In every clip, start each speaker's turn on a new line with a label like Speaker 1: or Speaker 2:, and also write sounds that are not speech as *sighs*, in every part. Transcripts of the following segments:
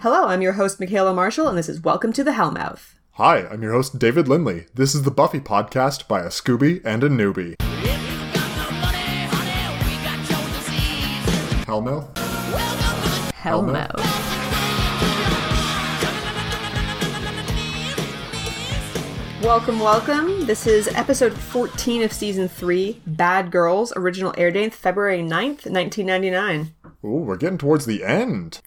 Speaker 1: Hello, I'm your host, Michaela Marshall, and this is Welcome to the Hellmouth.
Speaker 2: Hi, I'm your host, David Lindley. This is the Buffy podcast by a Scooby and a newbie.
Speaker 3: If you got no money, honey, we got your disease.
Speaker 2: Hellmouth?
Speaker 3: Welcome to the
Speaker 1: Hellmouth. Welcome, welcome. This is episode 14 of season 3, Bad Girls, original air date February 9th, 1999.
Speaker 2: Ooh, we're getting towards the end.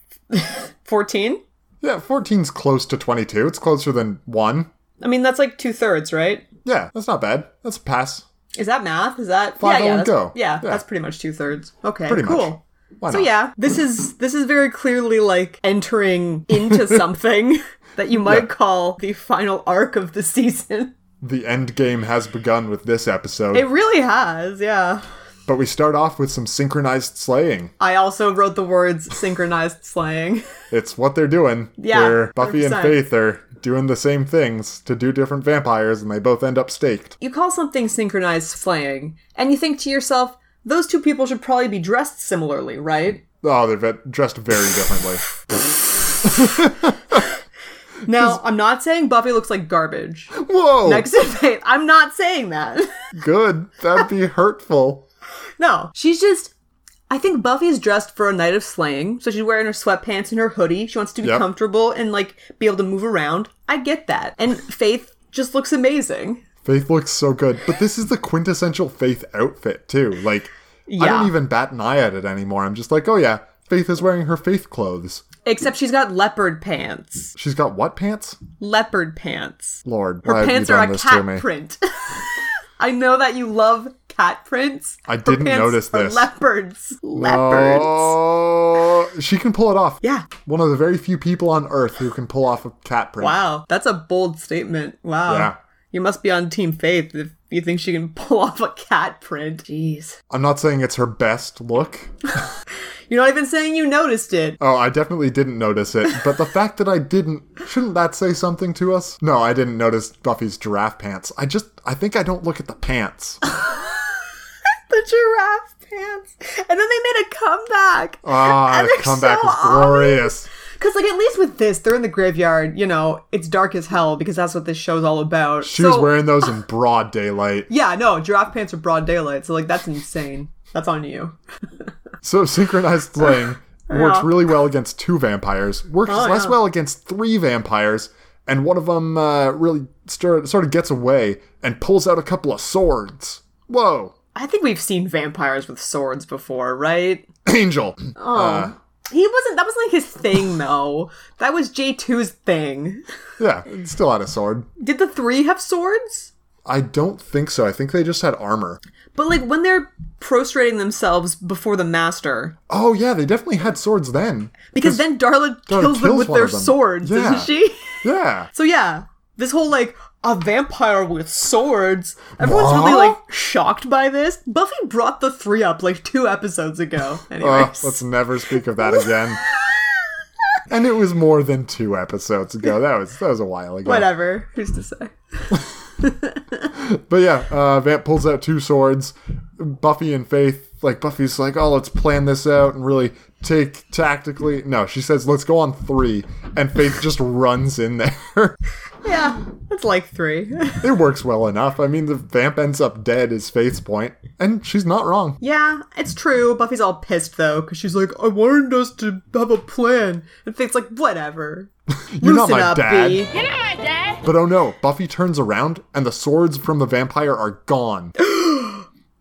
Speaker 1: 14?
Speaker 2: Yeah, 14's close to 22. It's closer than 1.
Speaker 1: I mean, that's like two thirds, right?
Speaker 2: Yeah, that's not bad. That's a pass.
Speaker 1: Is that math? Is that yeah,
Speaker 2: Five, oh,
Speaker 1: yeah,
Speaker 2: and
Speaker 1: that's,
Speaker 2: go.
Speaker 1: Yeah,
Speaker 2: Yeah.
Speaker 1: that's pretty much two thirds. Okay,
Speaker 2: Pretty much.
Speaker 1: cool.
Speaker 2: Why
Speaker 1: So
Speaker 2: not?
Speaker 1: yeah, this is this is very clearly like entering
Speaker 2: *laughs*
Speaker 1: into something that you might
Speaker 2: Yeah.
Speaker 1: call the final arc of the season.
Speaker 2: The end game has begun with this episode,
Speaker 1: It really has, yeah.
Speaker 2: but we start off with some synchronized slaying.
Speaker 1: I also wrote the words synchronized slaying.
Speaker 2: It's what they're doing.
Speaker 1: Yeah,
Speaker 2: Where Buffy and
Speaker 1: 100%.
Speaker 2: Faith are doing the same things to do different vampires, and they both end up staked.
Speaker 1: You call something synchronized slaying, and you think to yourself, those two people should probably be dressed similarly, right?
Speaker 2: Oh, they're ve- dressed very
Speaker 1: *laughs*
Speaker 2: differently.
Speaker 1: Now, I'm not saying Buffy looks like garbage.
Speaker 2: Whoa!
Speaker 1: Next to Faith, I'm not saying that. *laughs*
Speaker 2: Good. That'd be hurtful.
Speaker 1: No, she's just. I think Buffy's dressed for a night of slaying, so she's wearing her sweatpants and her hoodie. She wants to be
Speaker 2: Yep.
Speaker 1: comfortable and like be able to move around. I get that, and Faith just looks amazing.
Speaker 2: Faith looks so good, but this is the quintessential Faith outfit too. Like, I
Speaker 1: Yeah.
Speaker 2: don't even bat an eye at it anymore. I'm just like, oh yeah, Faith is wearing her Faith clothes.
Speaker 1: Except she's got leopard pants.
Speaker 2: She's got what pants?
Speaker 1: Leopard pants.
Speaker 2: Lord,
Speaker 1: Her
Speaker 2: why have you
Speaker 1: pants are
Speaker 2: done
Speaker 1: a
Speaker 2: this to me?
Speaker 1: cat print. *laughs* I know that you love cat prints.
Speaker 2: I
Speaker 1: Her
Speaker 2: didn't
Speaker 1: pants
Speaker 2: notice
Speaker 1: are
Speaker 2: this.
Speaker 1: Leopards. Leopards.
Speaker 2: Oh, Uh, she can pull it off.
Speaker 1: Yeah.
Speaker 2: One of the very few people on Earth who can pull off a cat print.
Speaker 1: Wow, that's a bold statement. Wow.
Speaker 2: Yeah.
Speaker 1: You must be on Team Faith if you think she can *laughs* pull off a cat print. Jeez.
Speaker 2: I'm not saying it's her best look.
Speaker 1: You're not even saying you noticed it.
Speaker 2: Oh, I definitely didn't notice it, but the fact that I didn't shouldn't that say something to us? No, I didn't notice Buffy's giraffe pants. I just I think I don't look at the pants.
Speaker 1: The giraffe pants. And then they made a comeback.
Speaker 2: Ah,
Speaker 1: And
Speaker 2: the
Speaker 1: they're
Speaker 2: comeback
Speaker 1: so
Speaker 2: is glorious.
Speaker 1: Because, like, at least with this, they're in the graveyard. You know, it's dark as hell because that's what this show's all about.
Speaker 2: She was wearing
Speaker 1: *laughs*
Speaker 2: those in broad daylight.
Speaker 1: Yeah, no, giraffe pants are broad daylight. So, like, that's insane. That's on you.
Speaker 2: So
Speaker 1: *laughs*
Speaker 2: synchronized slaying works really well against two vampires. Works less
Speaker 1: Oh, yeah.
Speaker 2: well against three vampires, and one of them uh, really stir, sort of gets away and pulls out a couple of swords. Whoa, *clears throat*
Speaker 1: I think we've seen vampires with swords before, right?
Speaker 2: Angel.
Speaker 1: Oh.
Speaker 2: Uh,
Speaker 1: He wasn't, that wasn't like his *sighs* thing, though. That was J2's thing.
Speaker 2: Yeah, still had a sword.
Speaker 1: Did the three have swords?
Speaker 2: I don't think so. I think they just had armor.
Speaker 1: But like when they're prostrating themselves before the master,
Speaker 2: Oh yeah, they definitely had swords then.
Speaker 1: because then Darla kills, them
Speaker 2: kills
Speaker 1: with
Speaker 2: one
Speaker 1: their
Speaker 2: of them.
Speaker 1: swords,
Speaker 2: Yeah.
Speaker 1: doesn't she? *laughs*
Speaker 2: Yeah.
Speaker 1: So yeah, this whole like a vampire with swords. Everyone's really
Speaker 2: What?
Speaker 1: like shocked by this. Buffy brought the three up like two episodes *laughs* ago.
Speaker 2: Uh,
Speaker 1: Anyways,
Speaker 2: let's never speak of that again. and it was more than two episodes ago. That was that was a while ago.
Speaker 1: whatever. Who's to say?
Speaker 2: But yeah, uh, Vamp pulls out two swords. Buffy and Faith, like Buffy's like, oh, let's plan this out and really take tactically. No, she says, let's go on three, and Faith just runs in there. *laughs*
Speaker 1: Yeah, that's like three. *laughs*
Speaker 2: it works well enough. I mean, the Vamp ends up dead is Faith's point, and she's not wrong.
Speaker 1: yeah, it's true. Buffy's all pissed though because she's like, "I wanted us to have a plan," and Faith's like, "Whatever."
Speaker 2: *laughs* You're not
Speaker 1: Loosen
Speaker 2: my
Speaker 1: up,
Speaker 2: dad.
Speaker 1: B.
Speaker 3: You're not my dad.
Speaker 2: But oh no, Buffy turns around and the swords from the vampire are gone.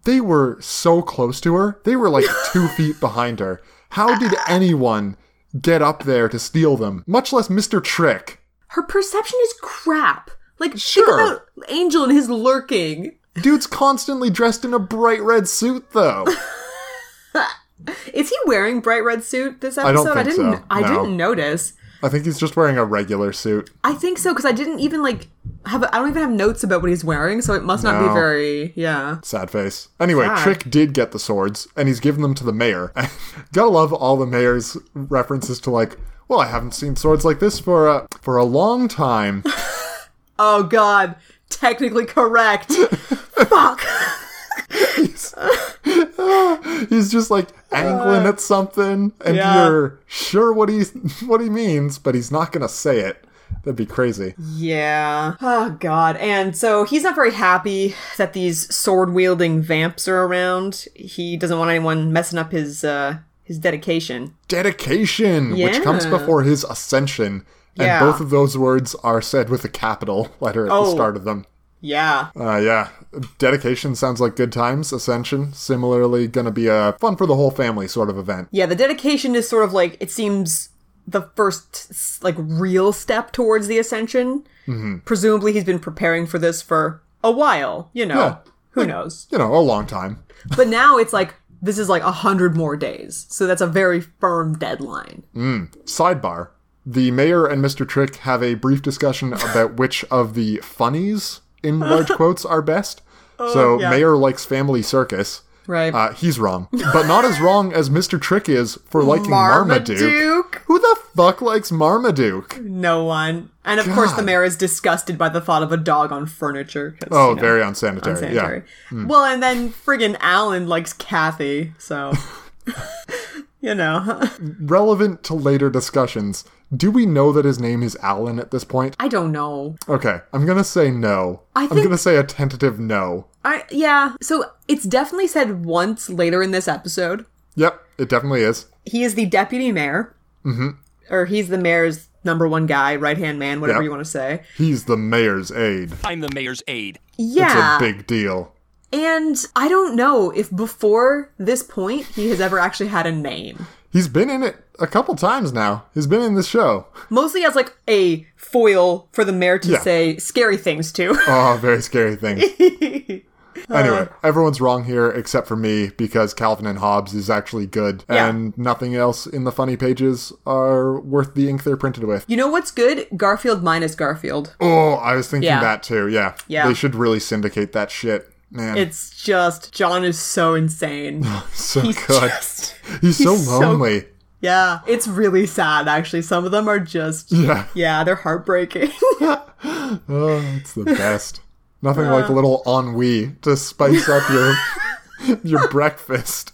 Speaker 2: they were so close to her. They were like two feet behind her. How did anyone get up there to steal them? Much less Mr. Trick.
Speaker 1: her perception is crap. Like
Speaker 2: Sure.
Speaker 1: think about Angel and his lurking. *laughs*
Speaker 2: Dude's constantly dressed in a bright red suit though.
Speaker 1: Is he wearing bright red suit this episode?
Speaker 2: don't think
Speaker 1: didn't.
Speaker 2: so,
Speaker 1: I
Speaker 2: no.
Speaker 1: didn't notice.
Speaker 2: I think he's just wearing a regular suit.
Speaker 1: I think so because I didn't even like have. I don't even have notes about what he's wearing, so it must not
Speaker 2: No.
Speaker 1: be very. Yeah.
Speaker 2: Sad face. Anyway,
Speaker 1: Sad.
Speaker 2: Trick did get the swords, and he's given them to the mayor. *laughs* Gotta love all the mayor's references to like, well, I haven't seen swords like this for a for a long time.
Speaker 1: Oh God. Technically correct. Fuck.
Speaker 2: He's just like, angling at something, and
Speaker 1: Uh, Yeah.
Speaker 2: you're sure what he's what he means, but he's not gonna say it. That'd be crazy.
Speaker 1: Yeah. Oh god. And so he's not very happy that these sword wielding vamps are around. He doesn't want anyone messing up his uh his dedication.
Speaker 2: Dedication, which comes
Speaker 1: Yeah.
Speaker 2: before his ascension, and
Speaker 1: Yeah.
Speaker 2: both of those words are said with a capital letter at the
Speaker 1: Oh.
Speaker 2: start of them.
Speaker 1: Yeah.
Speaker 2: Uh, yeah, dedication sounds like good times. Ascension, similarly, gonna be a fun for the whole family sort of event.
Speaker 1: Yeah, the dedication is sort of like it seems the first s- like real step towards the ascension. Presumably he's been preparing for this for a while, you know.
Speaker 2: Yeah.
Speaker 1: Who knows?
Speaker 2: You know, a long time.
Speaker 1: But now it's like this is like a hundred more days. So that's a very firm deadline.
Speaker 2: Sidebar. The mayor and Mr. Trick have a
Speaker 1: *laughs*
Speaker 2: brief discussion about which of the funnies, in large quotes,
Speaker 1: *laughs*
Speaker 2: are best. so,
Speaker 1: Oh, yeah.
Speaker 2: mayor likes family circus.
Speaker 1: Right.
Speaker 2: Uh, he's wrong. But not as wrong as Mr. Trick is for liking Marmaduke.
Speaker 1: Marmaduke?
Speaker 2: Who the fuck likes Marmaduke?
Speaker 1: No one. And of course, the
Speaker 2: God.
Speaker 1: mayor is disgusted by the thought of a dog on furniture. 'cause,
Speaker 2: Oh, Hmm.
Speaker 1: you know,
Speaker 2: very unsanitary.
Speaker 1: unsanitary. Well, and then friggin' Alan likes Kathy,
Speaker 2: *laughs*
Speaker 1: so. you know.
Speaker 2: Yeah. Relevant to later discussions. Do we know that his name is Alan at this point?
Speaker 1: I don't know.
Speaker 2: Okay, I'm gonna say no.
Speaker 1: I
Speaker 2: I'm
Speaker 1: think-
Speaker 2: gonna say a tentative no.
Speaker 1: I Yeah, so it's definitely said once later in this episode.
Speaker 2: Yep, it definitely is.
Speaker 1: He is the deputy mayor. Mm-hmm. Or he's the mayor's number one guy, right hand man, whatever
Speaker 2: Yeah.
Speaker 1: you want to say.
Speaker 2: He's the mayor's aide.
Speaker 3: I'm the mayor's aide.
Speaker 2: It's
Speaker 1: Yeah.
Speaker 2: a big deal.
Speaker 1: and I don't know if before this point he has ever actually had a name.
Speaker 2: He's been in it a couple times now. He's been in this show. *laughs*
Speaker 1: mostly as like a foil for the mayor to
Speaker 2: Yeah.
Speaker 1: say scary things to. *laughs*
Speaker 2: Oh, very scary thing. anyway, everyone's wrong here except for me because Calvin and Hobbes is actually good
Speaker 1: Yeah.
Speaker 2: and nothing else in the funny pages are worth the ink they're printed with.
Speaker 1: you know what's good? Garfield minus Garfield.
Speaker 2: Oh, I was thinking
Speaker 1: Yeah.
Speaker 2: that too. Yeah.
Speaker 1: Yeah.
Speaker 2: They should really syndicate that shit. Man, it's
Speaker 1: It's just John is so
Speaker 2: *laughs*
Speaker 1: insane.
Speaker 2: so
Speaker 1: He's *laughs*
Speaker 2: good.
Speaker 1: just
Speaker 2: he's so
Speaker 1: he's so-
Speaker 2: lonely.
Speaker 1: *laughs* yeah. It's really sad actually. Some of them are just
Speaker 2: Yeah.
Speaker 1: yeah, they're heartbreaking. *laughs*
Speaker 2: Oh, it's the best. Nothing like a little ennui to spice up your your breakfast.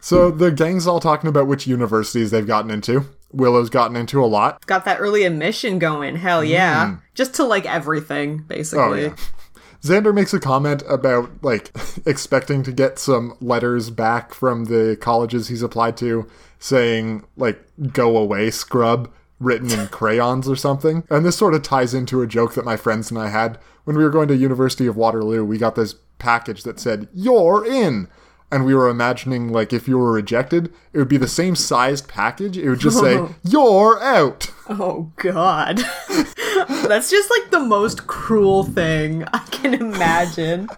Speaker 2: so the gang's all talking about which universities they've gotten into. Willow's gotten into a lot.
Speaker 1: Got that early admission going. Hell yeah. Just to like everything
Speaker 2: Mm. Oh
Speaker 1: basically.
Speaker 2: yeah. Xander makes a comment about like *laughs* expecting to get some letters back from the colleges he's applied to saying like go away scrub written in crayons or something. And this sort of ties into a joke that my friends and I had when we were going to University of Waterloo. We got this package that said you're in and we were imagining like if you were rejected, it would be the same sized package. It would just say you're out.
Speaker 1: Oh god. *laughs* That's just like the most cruel thing I can imagine.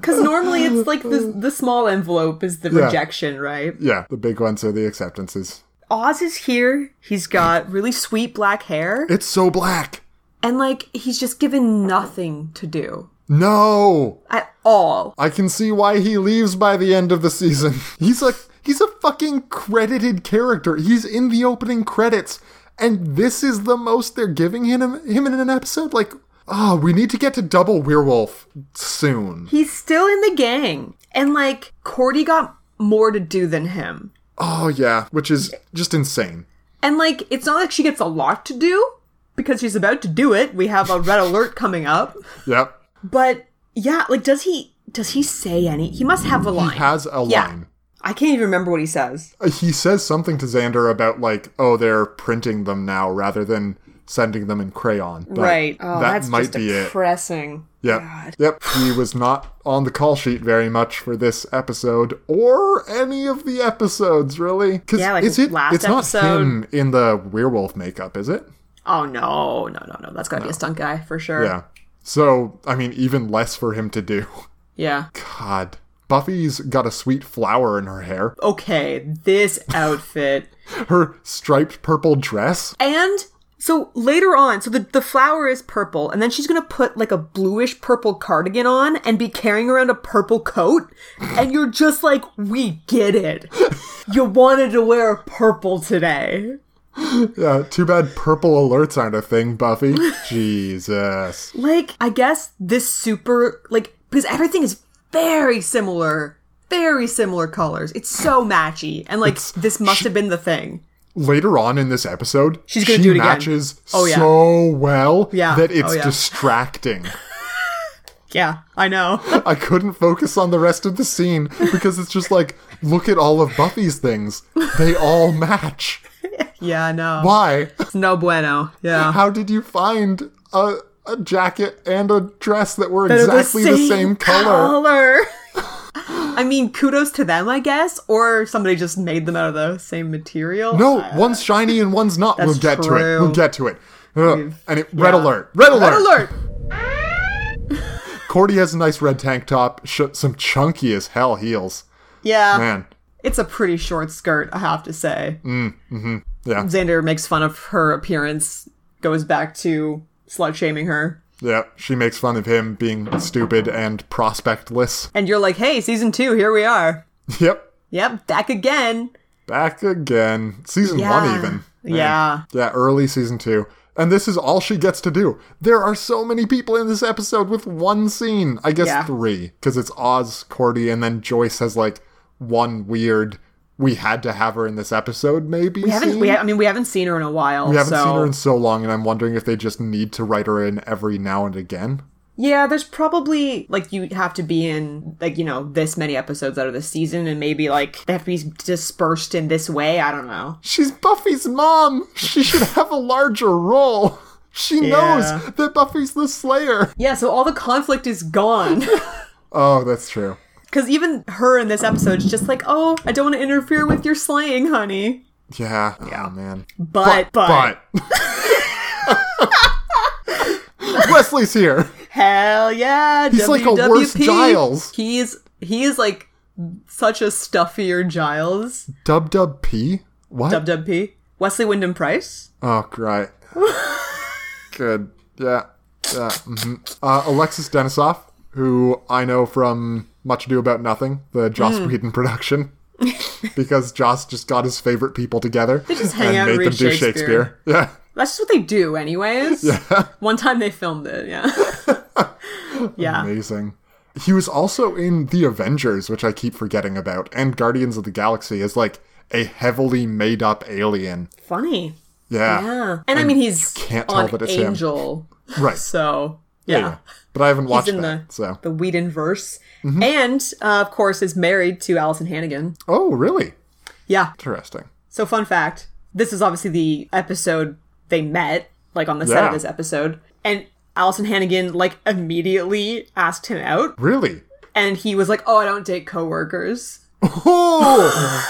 Speaker 1: Cuz normally it's like the the small envelope is the rejection, right?
Speaker 2: Yeah, the big ones are the acceptances.
Speaker 1: Oz is here. He's got really sweet black hair
Speaker 2: It's so black.
Speaker 1: and like he's just given nothing to do
Speaker 2: No.
Speaker 1: at all.
Speaker 2: I can see why he leaves by the end of the season. *laughs* He's a he's a fucking credited character. He's in the opening credits, and this is the most they're giving him him in an episode. Like, oh, we need to get to Double Werewolf soon.
Speaker 1: He's still in the gang and like Cordy got more to do than him.
Speaker 2: Oh yeah, which is just insane.
Speaker 1: And like, it's not like she gets a lot to do because she's about to do it. We have a red alert coming up.
Speaker 2: Yep,
Speaker 1: But yeah, like, does he does he say any? He must have a line.
Speaker 2: he has a
Speaker 1: Yeah.
Speaker 2: line.
Speaker 1: I can't even remember what he says.
Speaker 2: Uh, He says something to Xander about like, oh, they're printing them now rather than sending them in crayon. But
Speaker 1: right. Oh,
Speaker 2: that
Speaker 1: that's
Speaker 2: might
Speaker 1: just
Speaker 2: be it.
Speaker 1: depressing.
Speaker 2: Yep.
Speaker 1: God.
Speaker 2: Yep. He was not on the call sheet very much for this episode or any of the episodes, really. 'Cause
Speaker 1: Yeah, like
Speaker 2: is it,
Speaker 1: last
Speaker 2: it's not
Speaker 1: episode.
Speaker 2: him in the werewolf makeup, is it?
Speaker 1: Oh no, no, no, no. That's gotta be a stunt guy for sure.
Speaker 2: Yeah. So, I mean, even less for him to do. *laughs*
Speaker 1: Yeah.
Speaker 2: God. Buffy's got a sweet flower in her hair.
Speaker 1: Okay, this outfit.
Speaker 2: Her striped purple dress.
Speaker 1: And so later on, so the, the flower is purple, and then she's gonna put like a bluish purple cardigan on and be carrying around a purple coat, and you're just like, we get it.
Speaker 2: *laughs*
Speaker 1: You wanted to wear purple today.
Speaker 2: Yeah, too bad purple alerts aren't a thing,
Speaker 1: *laughs*
Speaker 2: Buffy. Jesus.
Speaker 1: Like, I guess this super, like, because everything is very similar very similar colors. It's so matchy. And like
Speaker 2: It's-
Speaker 1: this must have been the thing.
Speaker 2: Later on in this episode,
Speaker 1: She's gonna
Speaker 2: she
Speaker 1: do it again.
Speaker 2: matches
Speaker 1: Oh, yeah.
Speaker 2: so well
Speaker 1: Yeah.
Speaker 2: that it's
Speaker 1: Oh, yeah.
Speaker 2: distracting.
Speaker 1: Yeah, I know.
Speaker 2: I couldn't focus on the rest of the scene because it's just like, look at all of Buffy's things. They all match.
Speaker 1: *laughs* yeah, I know.
Speaker 2: Why?
Speaker 1: It's no bueno. Yeah.
Speaker 2: How did you find a, a jacket and a dress that were
Speaker 1: They're
Speaker 2: exactly the same, color?
Speaker 1: color. *laughs* I mean, kudos to them, I guess, or somebody just made them out of the same material.
Speaker 2: No,
Speaker 1: I-
Speaker 2: one's shiny and one's not. We'll
Speaker 1: That's
Speaker 2: get to it.
Speaker 1: true.
Speaker 2: We'll get to it. Ugh. And it, red
Speaker 1: yeah.
Speaker 2: alert. Red alert.
Speaker 1: Red alert.
Speaker 2: Cordy has a nice red tank top, sh- some chunky as hell heels.
Speaker 1: Yeah.
Speaker 2: Man,
Speaker 1: It's a pretty short skirt, I have to say.
Speaker 2: Mm, mm-hmm. yeah,
Speaker 1: Xander makes fun of her appearance, goes back to slut shaming her.
Speaker 2: yeah. She makes fun of him being stupid and prospectless. *laughs*
Speaker 1: And you're like, hey, season two, here we are.
Speaker 2: Yep,
Speaker 1: Yep, back again.
Speaker 2: back again. Season one,
Speaker 1: Yeah.
Speaker 2: even.
Speaker 1: Yeah.
Speaker 2: Yeah, early season two. And this is all she gets to do. There are so many people in this episode with one scene. I guess
Speaker 1: Yeah.
Speaker 2: three, because it's Oz, Cordy, and then Joyce has like one weird. We had to have her in this episode, maybe.
Speaker 1: We haven't, we, ha- I mean, we haven't seen her in a while.
Speaker 2: we haven't
Speaker 1: so.
Speaker 2: seen her in so long, and I'm wondering if they just need to write her in every now and again.
Speaker 1: Yeah, there's probably like you have to be in like you know this many episodes out of the season, and maybe like they have to be dispersed in this way. I don't know.
Speaker 2: She's Buffy's mom. She should *laughs* have a larger role. She
Speaker 1: Yeah.
Speaker 2: knows that Buffy's the Slayer.
Speaker 1: Yeah, so all the conflict is gone *laughs*
Speaker 2: Oh, that's true.
Speaker 1: because even her in this episode is just like, oh, I don't want to interfere with your slaying, honey.
Speaker 2: Yeah. Oh, man.
Speaker 1: But but, *laughs*
Speaker 2: but. Wesley's here.
Speaker 1: hell yeah,
Speaker 2: He's like a worse
Speaker 1: WWP.
Speaker 2: Giles.
Speaker 1: He's he is like such a stuffier Giles.
Speaker 2: Dub Dub P? What?
Speaker 1: WWP Wesley Wyndham Price.
Speaker 2: oh, great. Good. Yeah. Yeah. hmm Uh, Alexis Denisov, who I know from Much Ado About Nothing, the Joss
Speaker 1: Hmm.
Speaker 2: Whedon production. because Joss just got his favorite people together
Speaker 1: just hang out and read Shakespeare.
Speaker 2: Yeah.
Speaker 1: That's just what they do, anyways.
Speaker 2: *laughs*
Speaker 1: One time they filmed it, yeah. *laughs* yeah.
Speaker 2: Amazing. He was also in The Avengers, which I keep forgetting about, and Guardians of the Galaxy as like a heavily made up alien.
Speaker 1: Funny.
Speaker 2: Yeah.
Speaker 1: Yeah. And I mean, he's
Speaker 2: can't tell
Speaker 1: on
Speaker 2: that it's him.
Speaker 1: Angel.
Speaker 2: Right.
Speaker 1: So, yeah.
Speaker 2: Yeah. But I haven't watched
Speaker 1: in
Speaker 2: that.
Speaker 1: the-
Speaker 2: So.
Speaker 1: The Whedon verse.
Speaker 2: Mm-hmm.
Speaker 1: And, uh, of course, is married to Allison Hannigan.
Speaker 2: Oh, really?
Speaker 1: Yeah.
Speaker 2: Interesting.
Speaker 1: So, fun fact this is obviously the episode they met, like on the set
Speaker 2: Yeah.
Speaker 1: of this episode. And Allison Hannigan, like, immediately asked him out.
Speaker 2: Really?
Speaker 1: And he was like, oh, I don't date coworkers. *laughs*
Speaker 2: Oh!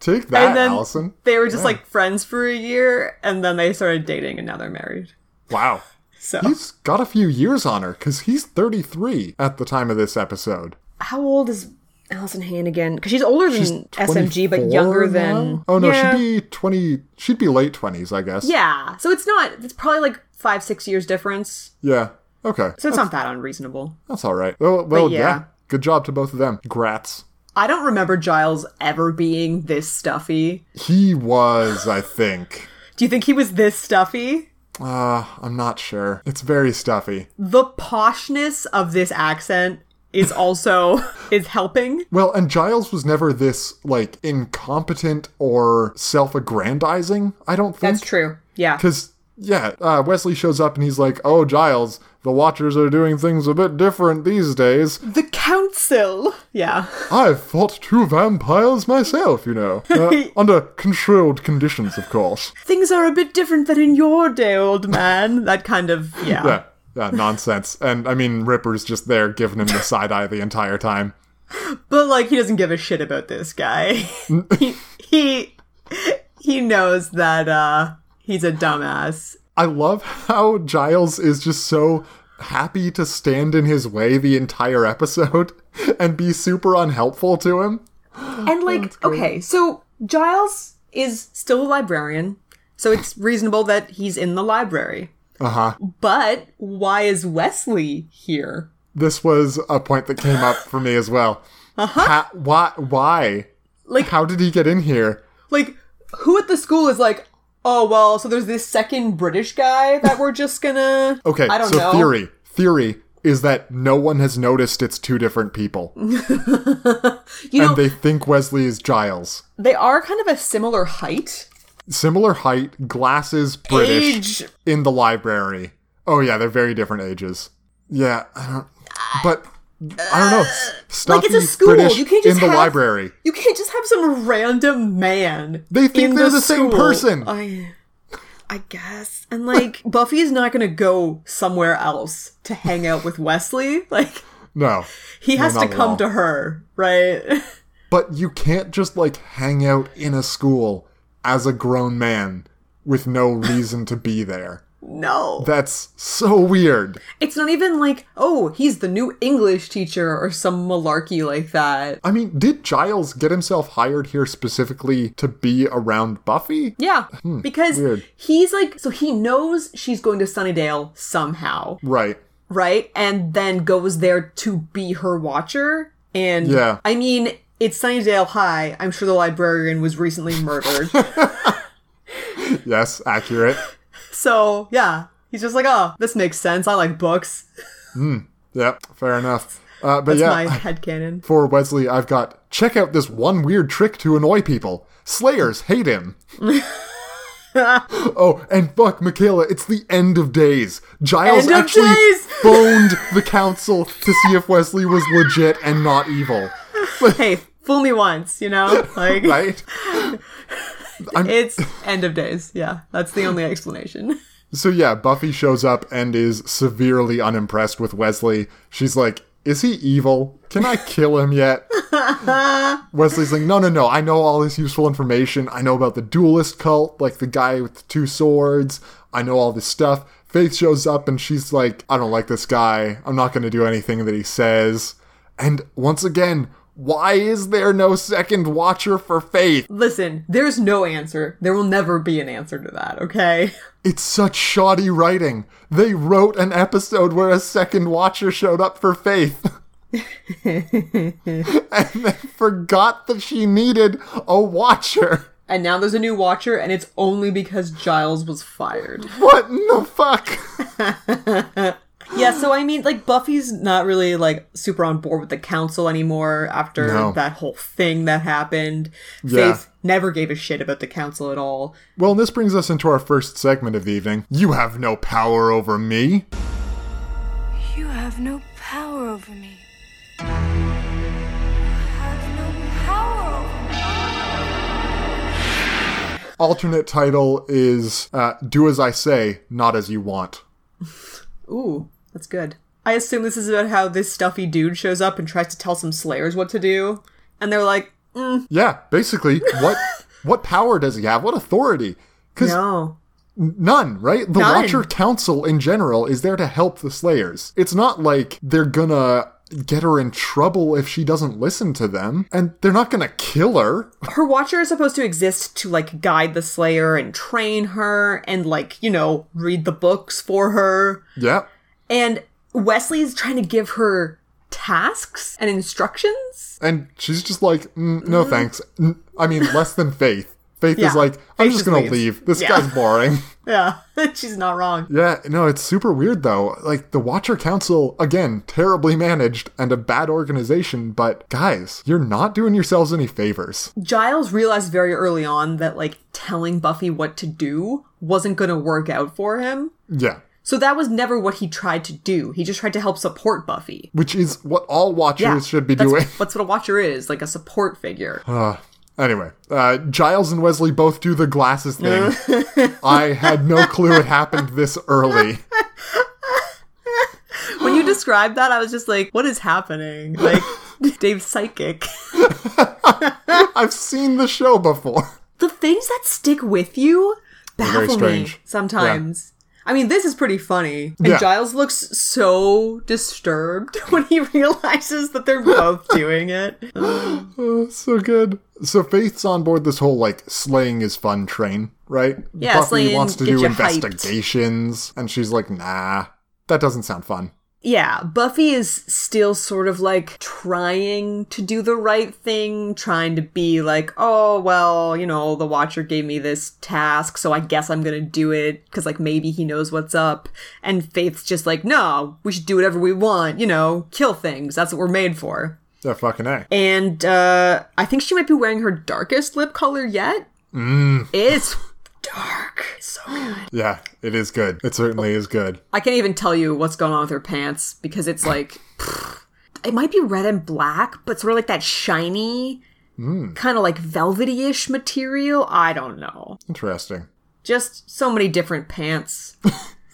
Speaker 2: Take that,
Speaker 1: And then-
Speaker 2: Allison.
Speaker 1: They were just like friends for a year, and then they started dating, and now they're married.
Speaker 2: Wow.
Speaker 1: So,
Speaker 2: He's got a few years on her because he's 33 at the time of this episode.
Speaker 1: how old is Allison Hannigan? Because she's older than SMG, but
Speaker 2: 24
Speaker 1: younger
Speaker 2: now?
Speaker 1: than.
Speaker 2: Oh no,
Speaker 1: yeah.
Speaker 2: she'd be 20. She'd be late 20s, I guess.
Speaker 1: Yeah, so it's not. It's probably like five, six years difference.
Speaker 2: Yeah. Okay.
Speaker 1: So it's not that unreasonable.
Speaker 2: That's all right. Well, well yeah.
Speaker 1: yeah.
Speaker 2: Good job to both of them. Grats.
Speaker 1: I don't remember Giles ever being this stuffy.
Speaker 2: He was, I think.
Speaker 1: Do you think he was this stuffy?
Speaker 2: Uh, I'm not sure. It's very stuffy.
Speaker 1: The poshness of this accent is also *laughs* is helping.
Speaker 2: Well, and Giles was never this like incompetent or self-aggrandizing. I don't think.
Speaker 1: That's true. Yeah.
Speaker 2: Because yeah, uh, Wesley shows up and he's like, "Oh, Giles, the Watchers are doing things a bit different these days.
Speaker 1: The council. Yeah.
Speaker 2: I've fought two vampires myself, you
Speaker 1: *laughs*
Speaker 2: know, uh, under controlled conditions, of course."
Speaker 1: things are a bit different than in your day, old man. That kind of yeah.
Speaker 2: Yeah, yeah, nonsense. and I mean, Ripper's just there giving him the side eye the entire time.
Speaker 1: But like he doesn't give a shit about this guy. *laughs* he, he he knows that uh he's a dumbass.
Speaker 2: I love how Giles is just so happy to stand in his way the entire episode *laughs* and be super unhelpful to him.
Speaker 1: And like okay, so Giles is still a librarian, so it's reasonable that he's in the library. Uh-huh. But why is Wesley here?
Speaker 2: This was a point that came up for me as well. Uh-huh. why? Why?
Speaker 1: Like-
Speaker 2: how did he get in here?
Speaker 1: Like who at the school is like Oh well, so there's this second British guy that we're just gonna.
Speaker 2: *laughs* Okay,
Speaker 1: I don't
Speaker 2: so
Speaker 1: know.
Speaker 2: theory, theory. is that no one has noticed it's two different people.
Speaker 1: You know,
Speaker 2: and they think Wesley is Giles.
Speaker 1: they are kind of a similar height.
Speaker 2: Similar height, glasses, British,
Speaker 1: Age.
Speaker 2: in the library. Oh yeah, they're very different ages. Yeah, I don't, but I don't know. S-
Speaker 1: Uh, Like
Speaker 2: Stuffy
Speaker 1: it's a school.
Speaker 2: British
Speaker 1: you can't just
Speaker 2: in the
Speaker 1: have,
Speaker 2: library.
Speaker 1: You can't just have some random man.
Speaker 2: They think
Speaker 1: in
Speaker 2: they're the same
Speaker 1: school.
Speaker 2: person.
Speaker 1: I, I guess. And
Speaker 2: *laughs*
Speaker 1: like Buffy is not going to go somewhere else to hang out with Wesley. Like
Speaker 2: No,
Speaker 1: he
Speaker 2: No,
Speaker 1: has to
Speaker 2: not at
Speaker 1: come
Speaker 2: all.
Speaker 1: to her, right? *laughs*
Speaker 2: but you can't just like hang out in a school as a grown man with no reason to be there.
Speaker 1: no.
Speaker 2: That's so weird.
Speaker 1: It's not even like, oh, he's the new English teacher or some malarkey like that.
Speaker 2: I mean, did Giles get himself hired here specifically to be around Buffy?
Speaker 1: Yeah, because
Speaker 2: Hmm, weird.
Speaker 1: he's like, so he knows she's going to Sunnydale somehow,
Speaker 2: Right.
Speaker 1: right? And then goes there to be her watcher. And
Speaker 2: Yeah.
Speaker 1: I mean, it's Sunnydale High. I'm sure the librarian was recently
Speaker 2: *laughs*
Speaker 1: murdered.
Speaker 2: Yes, accurate.
Speaker 1: so, yeah, he's just like, oh, this makes sense. I like books.
Speaker 2: yep, fair enough. Uh, but
Speaker 1: That's
Speaker 2: yeah,
Speaker 1: my headcanon.
Speaker 2: for Wesley, I've got check out this one weird trick to annoy people. Slayers
Speaker 1: *laughs*
Speaker 2: hate him. oh, and fuck, Michaela, it's the end of days. Giles
Speaker 1: End of
Speaker 2: actually
Speaker 1: days!
Speaker 2: phoned the council to see if Wesley was legit and not evil.
Speaker 1: hey, fool me once, you
Speaker 2: *laughs*
Speaker 1: know? Like,
Speaker 2: Right?
Speaker 1: it's end of days. Yeah, that's the only explanation. *laughs*
Speaker 2: So yeah, Buffy shows up and is severely unimpressed with Wesley. She's like, "Is he evil? Can I kill him yet?" Wesley's like, "No, no, no. I know all this useful information. I know about the duelist cult, like the guy with the two swords. I know all this stuff." Faith shows up and she's like, "I don't like this guy. I'm not going to do anything that he says." And once again, why is there no second watcher for Faith?
Speaker 1: Listen, there's no answer. There will never be an answer to that, okay?
Speaker 2: It's such shoddy writing. They wrote an episode where a second watcher showed up for Faith. *laughs* and they forgot that she needed a watcher.
Speaker 1: And now there's a new watcher, and it's only because Giles was fired.
Speaker 2: What in the fuck? *laughs*
Speaker 1: Yeah, so I mean, like, Buffy's not really, like, super on board with the council anymore after
Speaker 2: No.
Speaker 1: that whole thing that happened.
Speaker 2: Yeah.
Speaker 1: Faith never gave a shit about the council at all.
Speaker 2: Well, this brings us into our first segment of the evening. You have no power over me.
Speaker 4: You have no power over me. You have no power over me.
Speaker 2: Alternate title is uh, Do As I Say, Not As You Want.
Speaker 1: Ooh, that's good. I assume this is about how this stuffy dude shows up and tries to tell some slayers what to do. And they're like,
Speaker 2: Yeah, basically, what what power does he have? What authority? Because
Speaker 1: no.
Speaker 2: None, right? The
Speaker 1: None.
Speaker 2: Watcher Council in general is there to help the Slayers. It's not like they're gonna get her in trouble if she doesn't listen to them, and they're not gonna kill her. *laughs*
Speaker 1: her watcher is supposed to exist to like guide the slayer and train her and like you know read the books for her
Speaker 2: yeah.
Speaker 1: and wesley is trying to give her tasks and instructions
Speaker 2: And she's just like, mm, no thanks. N- I mean, less than Faith. Faith
Speaker 1: Mm-hmm. Yeah.
Speaker 2: is like, I'm
Speaker 1: Faith
Speaker 2: just
Speaker 1: just
Speaker 2: gonna
Speaker 1: leaves.
Speaker 2: leave. This
Speaker 1: Yeah. *laughs*
Speaker 2: guy's boring.
Speaker 1: yeah *laughs* she's not wrong
Speaker 2: yeah, no, it's super weird though. Like, the Watcher Council, again, terribly managed and a bad organization, but guys, you're not doing yourselves any favors.
Speaker 1: giles realized very early on that like telling buffy what to do wasn't going to work out for him
Speaker 2: Yeah.
Speaker 1: so that was never what he tried to do he just tried to help support buffy
Speaker 2: Which is what all Watchers should be
Speaker 1: that's,
Speaker 2: doing.
Speaker 1: that's what a watcher is like a support figure
Speaker 2: Anyway, uh, Giles and Wesley both do the
Speaker 1: *laughs*
Speaker 2: glasses thing. I had no clue it happened this early.
Speaker 1: when
Speaker 2: *gasps*
Speaker 1: you described that, I was just like, what is happening?
Speaker 2: *laughs*
Speaker 1: Like, Dave's psychic.
Speaker 2: I've seen the show before. *laughs*
Speaker 1: The things that stick with you
Speaker 2: very
Speaker 1: baffle me
Speaker 2: strange.
Speaker 1: sometimes. I mean, this is pretty funny. And
Speaker 2: Yeah.
Speaker 1: Giles looks so disturbed *laughs* when he realizes that they're both doing it.
Speaker 2: That's so good. So Faith's on board this whole like slaying is fun train, right?
Speaker 1: Yeah,
Speaker 2: Buffy
Speaker 1: slaying
Speaker 2: wants to
Speaker 1: gets
Speaker 2: do
Speaker 1: you hyped.
Speaker 2: investigations, and she's like, nah, that doesn't sound fun.
Speaker 1: yeah, Buffy is still sort of like trying to do the right thing, trying to be like, oh, well, you know, the Watcher gave me this task, so I guess I'm gonna do it, because like maybe he knows what's up. And Faith's just like, no, we should do whatever we want, you know, kill things, that's what we're made for.
Speaker 2: Yeah, fucking A.
Speaker 1: And uh, I think she might be wearing her darkest lip color yet. It's dark. So
Speaker 2: Yeah, it is good. It certainly is good.
Speaker 1: I can't even tell you what's going on with her pants because it's like pfft. it might be red and black, but sort of like that shiny, kind of like velvety-ish material. I don't know.
Speaker 2: Interesting.
Speaker 1: Just so many different pants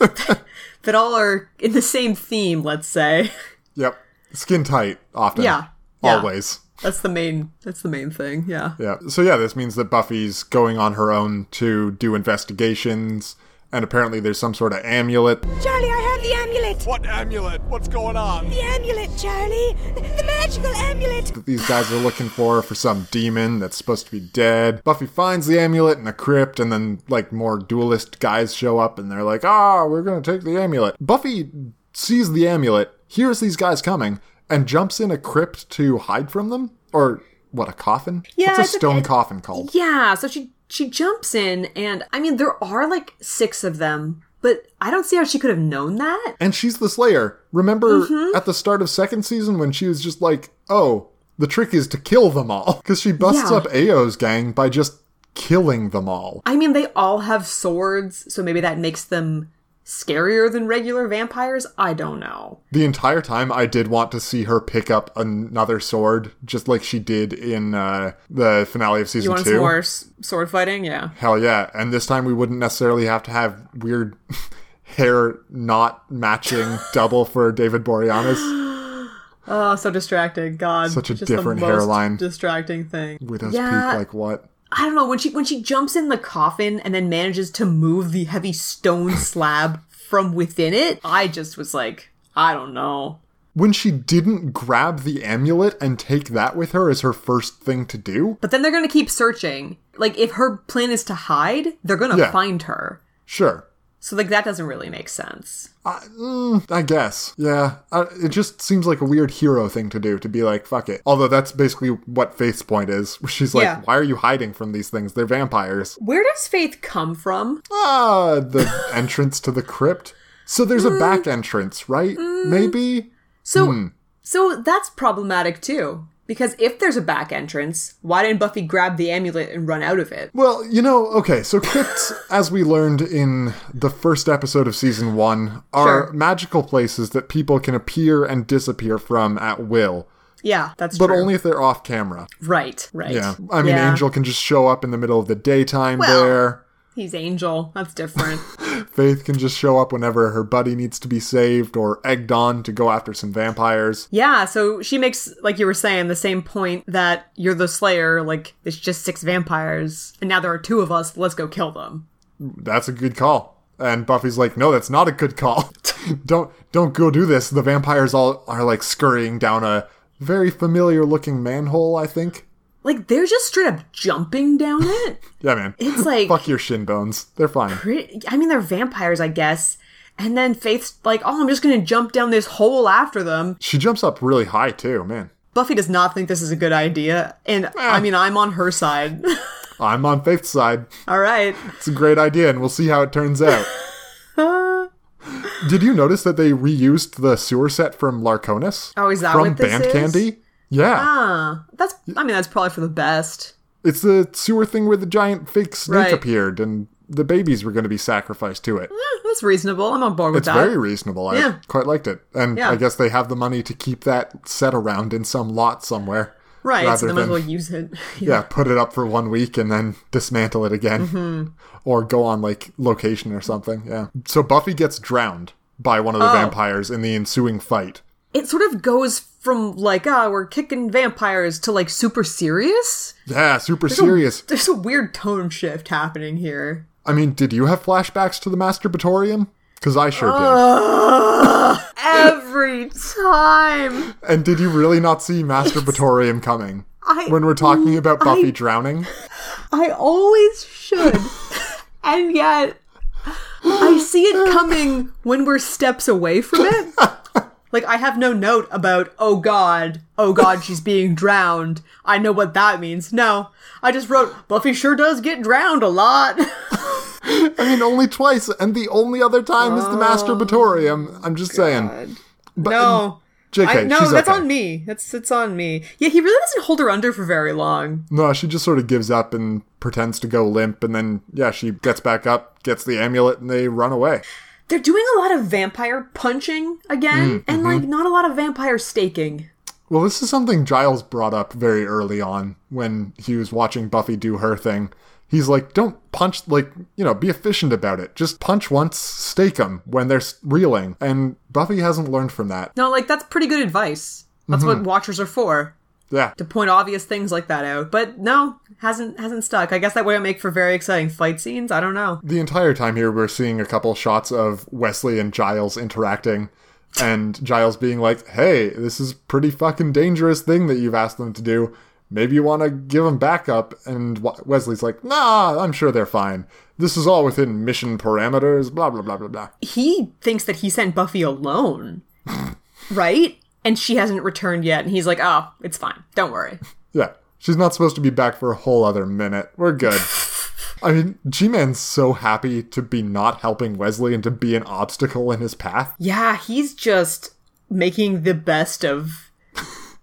Speaker 1: that all are in the same theme. Let's say
Speaker 2: Yep. Skin tight often.
Speaker 1: Yeah. Yeah.
Speaker 2: Always.
Speaker 1: that's the main. That's the main thing. Yeah.
Speaker 2: Yeah. So yeah, this means that Buffy's going on her own to do investigations, and apparently there's some sort of amulet.
Speaker 5: Charlie, I have the amulet.
Speaker 6: What amulet? What's going on?
Speaker 5: The amulet, Charlie. The, the magical amulet.
Speaker 2: that these guys are looking for for some demon that's supposed to be dead. Buffy finds the amulet in a crypt, and then like more duelist guys show up, and they're like, "Ah, we're gonna take the amulet." Buffy sees the amulet, hears these guys coming, and jumps in a crypt to hide from them, or what? A coffin?
Speaker 1: Yeah,
Speaker 2: What's
Speaker 1: it's
Speaker 2: a
Speaker 1: a-
Speaker 2: stone
Speaker 1: it-
Speaker 2: coffin called?
Speaker 1: Yeah, so she she jumps in and I mean there are like 6 of them, but I don't see how she could have known that.
Speaker 2: And she's the Slayer. Remember
Speaker 1: Mm-hmm.
Speaker 2: at the start of second season when she was just like, "Oh, the trick is to kill them all," *laughs* because she busts
Speaker 1: Yeah.
Speaker 2: up Ao's gang by just killing them all.
Speaker 1: I mean they all have swords, so maybe that makes them scarier than regular vampires. I don't know.
Speaker 2: The entire time, I did want to see her pick up another sword, just like she did in uh, the finale of
Speaker 1: You
Speaker 2: season
Speaker 1: want
Speaker 2: two.
Speaker 1: some more s- sword fighting? Yeah.
Speaker 2: Hell yeah! And this time, we wouldn't necessarily have to have weird *laughs* hair not matching *laughs* double for David Boreanaz.
Speaker 1: Oh, so distracting. God.
Speaker 2: Such a
Speaker 1: just
Speaker 2: different
Speaker 1: the most
Speaker 2: hairline.
Speaker 1: Distracting thing.
Speaker 2: Widow's
Speaker 1: Yeah.
Speaker 2: peak, like what?
Speaker 1: I don't know when she when she jumps in the coffin and then manages to move the heavy
Speaker 2: *laughs*
Speaker 1: stone slab from within it. I just was like, I don't know.
Speaker 2: When she didn't grab the amulet and take that with her as her first thing to do?
Speaker 1: But then they're going to keep searching. Like if her plan is to hide, they're going to
Speaker 2: Yeah.
Speaker 1: find her.
Speaker 2: Sure.
Speaker 1: So like that doesn't really make sense.
Speaker 2: I guess. Yeah. Uh, it just seems like a weird hero thing to do to be like, fuck it. Although that's basically what Faith's point is. *laughs* where She's like,
Speaker 1: Yeah.
Speaker 2: why are you hiding from these things? They're vampires.
Speaker 1: Where does Faith come from?
Speaker 2: Ah, the entrance to the crypt. So there's a back entrance, right? Maybe?
Speaker 1: So
Speaker 2: Hmm.
Speaker 1: so that's problematic too. Because if there's a back entrance, why didn't Buffy grab the amulet and run out of it?
Speaker 2: Well, you know, okay, so crypts, as we learned in the first episode of season one, are
Speaker 1: Sure.
Speaker 2: magical places that people can appear and disappear from at will,
Speaker 1: Yeah, that's
Speaker 2: but
Speaker 1: true.
Speaker 2: only if they're off camera.
Speaker 1: right, right.
Speaker 2: Yeah. I mean,
Speaker 1: Yeah.
Speaker 2: Angel can just show up in the middle of the daytime
Speaker 1: Well-
Speaker 2: there.
Speaker 1: He's Angel. That's different.
Speaker 2: *laughs* Faith can just show up whenever her buddy needs to be saved or egged on to go after some vampires.
Speaker 1: yeah, so she makes like you were saying the same point that you're the slayer, like it's just six vampires and now there are two of us, let's go kill them.
Speaker 2: That's a good call. And Buffy's like, "No, that's not a good call. *laughs* don't don't go do this." The vampires all are like scurrying down a very familiar looking manhole, I think.
Speaker 1: Like they're just straight up jumping down it.
Speaker 2: Yeah, man. *laughs*
Speaker 1: It's like
Speaker 2: Fuck your shin bones. They're fine.
Speaker 1: pretty, I mean, they're vampires, I guess. And then Faith's like, oh, I'm just going to jump down this hole after them.
Speaker 2: She jumps up really high too, man.
Speaker 1: Buffy does not think this is a good idea. And
Speaker 2: Ah.
Speaker 1: I mean, I'm on her side. *laughs*
Speaker 2: I'm on Faith's side.
Speaker 1: All right.
Speaker 2: It's a great idea, and we'll see how it turns
Speaker 1: *laughs*
Speaker 2: out.
Speaker 1: Uh,
Speaker 2: Did you notice that they reused the sewer set from Larconis?
Speaker 1: Oh, is that
Speaker 2: from
Speaker 1: what this
Speaker 2: Band
Speaker 1: is?
Speaker 2: Candy? Yeah,
Speaker 1: Ah, that's, I mean, that's probably for the best.
Speaker 2: it's the sewer thing where the giant fake snake
Speaker 1: Right.
Speaker 2: appeared, and the babies were going to be sacrificed to it.
Speaker 1: Eh, That's reasonable. I'm on board with
Speaker 2: It's
Speaker 1: that.
Speaker 2: very reasonable. I
Speaker 1: Yeah.
Speaker 2: quite liked it, and
Speaker 1: Yeah.
Speaker 2: I guess they have the money to keep that set around in some lot somewhere.
Speaker 1: right.
Speaker 2: rather
Speaker 1: So they might as
Speaker 2: than-
Speaker 1: well use it. *laughs*
Speaker 2: Yeah, put it up for one week and then dismantle it again.
Speaker 1: Mm-hmm.
Speaker 2: Or go on like location or something. Yeah. So Buffy gets drowned by one of
Speaker 1: Oh.
Speaker 2: the vampires in the ensuing fight.
Speaker 1: It sort of goes from like, ah, we're kicking vampires to like super serious.
Speaker 2: Yeah, super serious.
Speaker 1: There's a weird tone shift happening here.
Speaker 2: I mean, did you have flashbacks to the masturbatorium? Because I sure
Speaker 1: Uh.
Speaker 2: *laughs*
Speaker 1: Every time.
Speaker 2: did. And did you really not see masturbatorium coming?
Speaker 1: I-
Speaker 2: when we're talking about Buffy
Speaker 1: I-
Speaker 2: drowning?
Speaker 1: I always *laughs* should. and yet I see it coming when we're steps away from it. Like, I have no note about, oh god, oh god, she's being drowned. I know what that means. No. I just wrote, Buffy sure does get drowned a lot. *laughs*
Speaker 2: I mean, only twice, and the only other time is the masturbatorium. I'm just saying. But,
Speaker 1: no.
Speaker 2: JK,
Speaker 1: I, no,
Speaker 2: she's
Speaker 1: that's
Speaker 2: okay.
Speaker 1: on me. That's it's on me. Yeah, he really doesn't hold her under for very long.
Speaker 2: No, she just sort of gives up and pretends to go limp, and then, yeah, she gets back up, gets the amulet, and they run away.
Speaker 1: They're doing a lot of vampire punching again,
Speaker 2: Mm, mm-hmm.
Speaker 1: and like not a lot of vampire staking.
Speaker 2: Well, this is something Giles brought up very early on when he was watching Buffy do her thing. He's like, don't punch, like, you know, be efficient about it. Just punch once, stake them when they're s- reeling. And Buffy hasn't learned from that.
Speaker 1: No, like that's pretty good advice. That's what watchers are for.
Speaker 2: Yeah.
Speaker 1: to point obvious things like that out. But no, hasn't hasn't stuck. I guess that wouldn't make for very exciting fight scenes. I don't know.
Speaker 2: The entire time here, we're seeing a couple shots of Wesley and Giles interacting, and Giles being like, hey, this is pretty fucking dangerous thing that you've asked them to do. Maybe you want to give them backup. And W- Wesley's like, nah, I'm sure they're fine. This is all within mission parameters, blah, blah, blah, blah, blah.
Speaker 1: He thinks that he sent Buffy alone, right? And she hasn't returned yet. And he's like, "Oh, it's fine. Don't worry."
Speaker 2: Yeah. She's not supposed to be back for a whole other minute. We're good. I mean, G Man's so happy to be not helping Wesley and to be an obstacle in his path.
Speaker 1: Yeah, he's just making the best of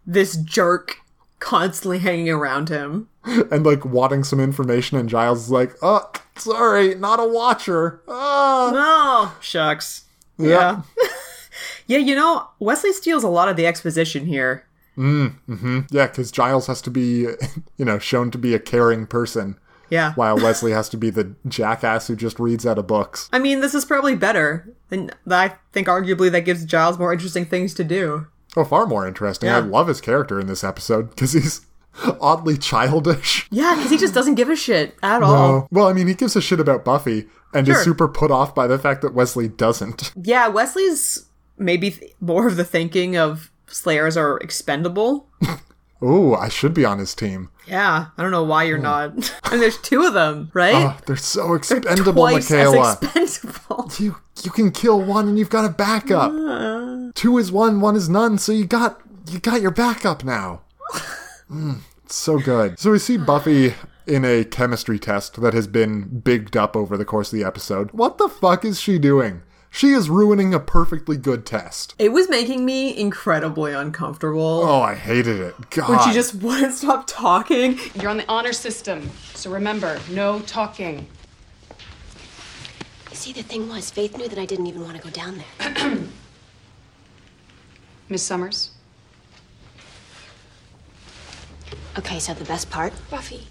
Speaker 1: this jerk constantly hanging around him.
Speaker 2: And like wanting some information, and Giles is like, oh, sorry, not a watcher. Ah.
Speaker 1: Oh, shucks. Yeah. *laughs* yeah, you know, Wesley steals a lot of the exposition here.
Speaker 2: Yeah, because Giles has to be, *laughs* you know, shown to be a caring person,
Speaker 1: Yeah.
Speaker 2: while Wesley has to be the jackass who just reads out of books.
Speaker 1: I mean, this is probably better. And I think arguably that gives Giles more interesting things to do.
Speaker 2: Oh, far more interesting. I
Speaker 1: Yeah.
Speaker 2: love his character in this episode because he's *laughs* oddly childish.
Speaker 1: *laughs* Yeah, because he just doesn't give a shit at
Speaker 2: Oh.
Speaker 1: all.
Speaker 2: Well, I mean, he gives a shit about Buffy and is
Speaker 1: Sure.
Speaker 2: super put off by the fact that Wesley doesn't.
Speaker 1: Yeah, Wesley's maybe th- more of the thinking of Slayers are expendable.
Speaker 2: Ooh, I should be on his team.
Speaker 1: Yeah, I don't know why
Speaker 2: Hmm.
Speaker 1: you're not. *laughs* I mean, there's two of them, right?
Speaker 2: Ah, they're so expendable,
Speaker 1: Twice
Speaker 2: Michaela.
Speaker 1: as expendable.
Speaker 2: you you can kill one and you've got
Speaker 1: *laughs*
Speaker 2: a backup. Two is one, one is none, so you got you got your
Speaker 1: *laughs*
Speaker 2: backup now. Mm, it's so good. So we see Buffy in a chemistry test that has been bigged up over the course of the episode. What the fuck is she doing? She is ruining a perfectly good test.
Speaker 1: It was making me incredibly uncomfortable.
Speaker 2: Oh, I hated it. God.
Speaker 1: When she just wouldn't stop talking.
Speaker 7: You're on the honor system, so remember, no talking.
Speaker 8: You see, the thing was, Faith knew that I didn't even want to go down there.
Speaker 7: *clears throat* Miss Summers?
Speaker 8: Okay, so the best part?
Speaker 4: Buffy,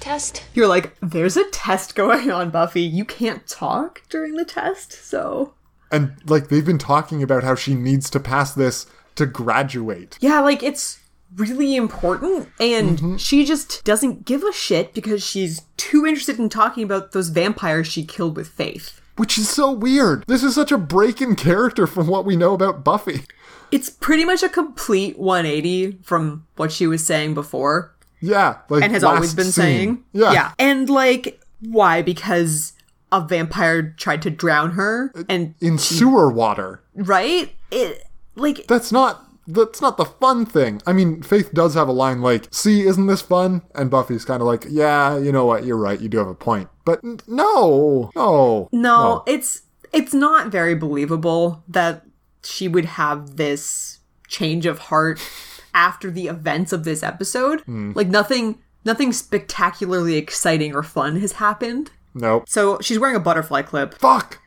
Speaker 4: test.
Speaker 1: You're like, there's a test going on, Buffy. You can't talk during the test, so.
Speaker 2: And like they've been talking about how she needs to pass this to graduate.
Speaker 1: Yeah, like it's really important and
Speaker 2: Mm-hmm.
Speaker 1: she just doesn't give a shit because she's too interested in talking about those vampires she killed with Faith.
Speaker 2: Which is so weird. This is such a break in character from what we know about Buffy.
Speaker 1: It's pretty much a complete 180 from what she was saying before
Speaker 2: Yeah. Like
Speaker 1: and has
Speaker 2: last
Speaker 1: always been
Speaker 2: scene.
Speaker 1: saying.
Speaker 2: Yeah.
Speaker 1: And like why? Because a vampire tried to drown her
Speaker 2: Uh,
Speaker 1: and
Speaker 2: In sewer water.
Speaker 1: right? It like
Speaker 2: That's not that's not the fun thing. I mean, Faith does have a line like, see, isn't this fun? And Buffy's kind of like, yeah, you know what, you're right, you do have a point. But n- no, no.
Speaker 1: No, it's it's not very believable that she would have this change of heart after the events of this episode.
Speaker 2: Hmm.
Speaker 1: Like nothing nothing spectacularly exciting or fun has happened.
Speaker 2: No.
Speaker 1: So she's wearing a butterfly clip. *laughs*
Speaker 2: Fuck.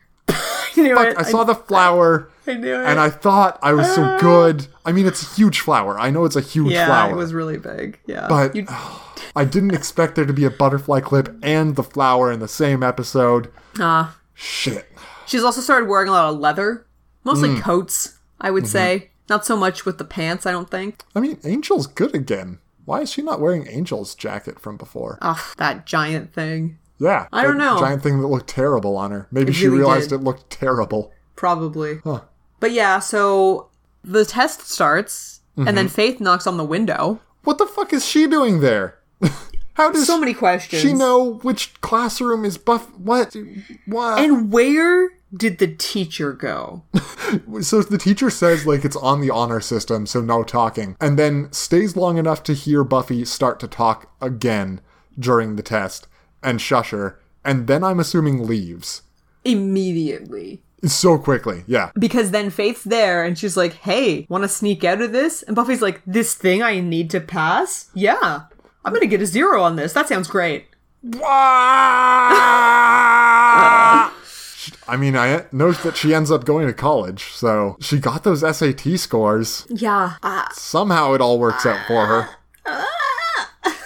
Speaker 1: You know
Speaker 2: Fuck, I saw the flower.
Speaker 1: I knew it.
Speaker 2: and I thought I
Speaker 1: *laughs*
Speaker 2: was so good. I mean, it's a huge flower. I know it's a huge
Speaker 1: yeah,
Speaker 2: flower.
Speaker 1: it was really big. Yeah.
Speaker 2: but
Speaker 1: You-
Speaker 2: *sighs* I didn't expect there to be a butterfly clip and the flower in the same episode.
Speaker 1: Ah.
Speaker 2: Shit.
Speaker 1: she's also started wearing a lot of leather, mostly
Speaker 2: Hmm.
Speaker 1: coats, I
Speaker 2: Mm-hmm.
Speaker 1: would say. Not so much with the pants, I don't think.
Speaker 2: I mean, Angel's good again. Why is she not wearing Angel's jacket from before?
Speaker 1: Ugh, that giant thing.
Speaker 2: yeah.
Speaker 1: I don't
Speaker 2: that
Speaker 1: know.
Speaker 2: Giant thing that looked terrible on her. Maybe she
Speaker 1: really
Speaker 2: realized
Speaker 1: did.
Speaker 2: it looked terrible.
Speaker 1: Probably. But yeah, so the test starts, and then Faith knocks on the window.
Speaker 2: What the fuck is she doing there? *laughs* How does
Speaker 1: So many questions.
Speaker 2: she know which classroom is buff? What? What?
Speaker 1: And where did the teacher go?
Speaker 2: So the teacher says like it's on the honor system, so no talking, and then stays long enough to hear Buffy start to talk again during the test and shush her, and then I'm assuming leaves.
Speaker 1: Immediately.
Speaker 2: So quickly, yeah.
Speaker 1: Because then Faith's there and she's like, hey, want to sneak out of this? And Buffy's like, this thing I need to pass? Yeah. I'm going to get a zero on this. That sounds great. *laughs*
Speaker 2: I mean, I noticed that she ends up going to college, so she got those SAT scores.
Speaker 1: Yeah.
Speaker 2: Somehow it all works out for her.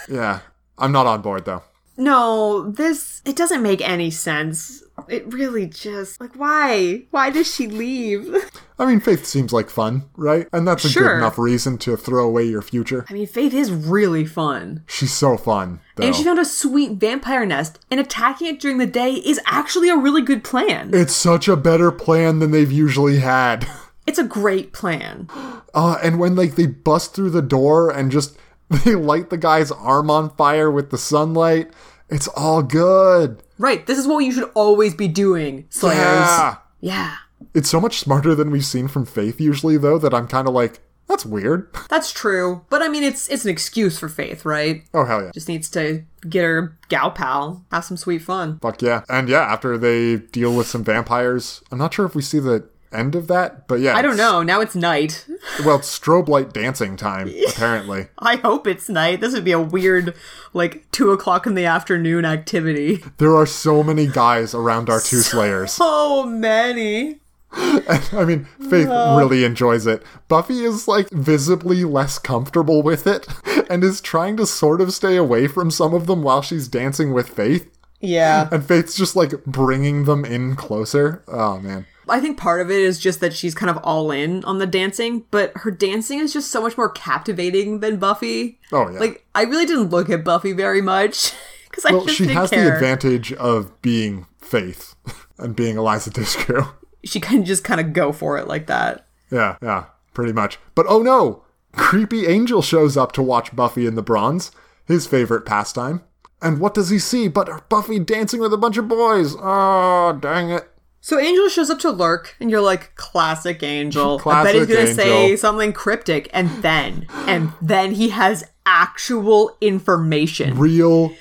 Speaker 2: Yeah. I'm not on board though.
Speaker 1: no, this, it doesn't make any sense. It really just, like, why? Why does she leave? *laughs*
Speaker 2: I mean, faith seems like fun, right? And that's a
Speaker 1: Sure.
Speaker 2: good enough reason to throw away your future.
Speaker 1: I mean, Faith is really fun.
Speaker 2: She's so fun, though.
Speaker 1: And she found a sweet vampire nest, and attacking it during the day is actually a really good plan.
Speaker 2: it's such a better plan than they've usually had. *laughs*
Speaker 1: It's a great plan.
Speaker 2: Uh, and when like they bust through the door and just *laughs* they light the guy's arm on fire with the sunlight, it's all good.
Speaker 1: Right, this is what you should always be doing, Slayers.
Speaker 2: Yeah.
Speaker 1: Yeah.
Speaker 2: It's so much smarter than we've seen from Faith usually, though, that I'm kind of like, that's weird. *laughs*
Speaker 1: That's true. But I mean it's it's an excuse for Faith, right?
Speaker 2: Oh, hell yeah.
Speaker 1: Just needs to get her gal pal, have some sweet fun.
Speaker 2: Fuck yeah. And yeah, after they deal with some vampires, I'm not sure if we see the end of that, but yeah.
Speaker 1: I don't
Speaker 2: it's-
Speaker 1: know, now it's night. *laughs*
Speaker 2: Well, it's strobe light dancing time, apparently.
Speaker 1: I hope it's night. This would be a weird like two o'clock in the afternoon activity. *laughs*
Speaker 2: There are so many guys around our two slayers. *laughs*
Speaker 1: So many.
Speaker 2: I mean, Faith really enjoys it. Buffy is like visibly less comfortable with it *laughs* and is trying to sort of stay away from some of them while she's dancing with Faith.
Speaker 1: Yeah.
Speaker 2: And Faith's just like bringing them in closer. Oh, man.
Speaker 1: I think part of it is just that she's kind of all in on the dancing, but her dancing is just so much more captivating than Buffy.
Speaker 2: Oh, yeah.
Speaker 1: Like I really didn't look at Buffy very much *laughs* because I
Speaker 2: Well,
Speaker 1: just
Speaker 2: she
Speaker 1: didn't
Speaker 2: has the
Speaker 1: care.
Speaker 2: advantage of being Faith *laughs* and being Eliza Dushku.
Speaker 1: she can just kind of go for it like that.
Speaker 2: *laughs* Yeah, yeah, pretty much. But oh no! Creepy Angel shows up to watch Buffy in the Bronze, his favorite pastime. And what does he see but Buffy dancing with a bunch of boys? Oh, dang it.
Speaker 1: So Angel shows up to lurk, and you're like, "Classic Angel." I bet he's
Speaker 2: Classic
Speaker 1: gonna say
Speaker 2: Angel.
Speaker 1: something cryptic, and then, and then he has actual information,
Speaker 2: Real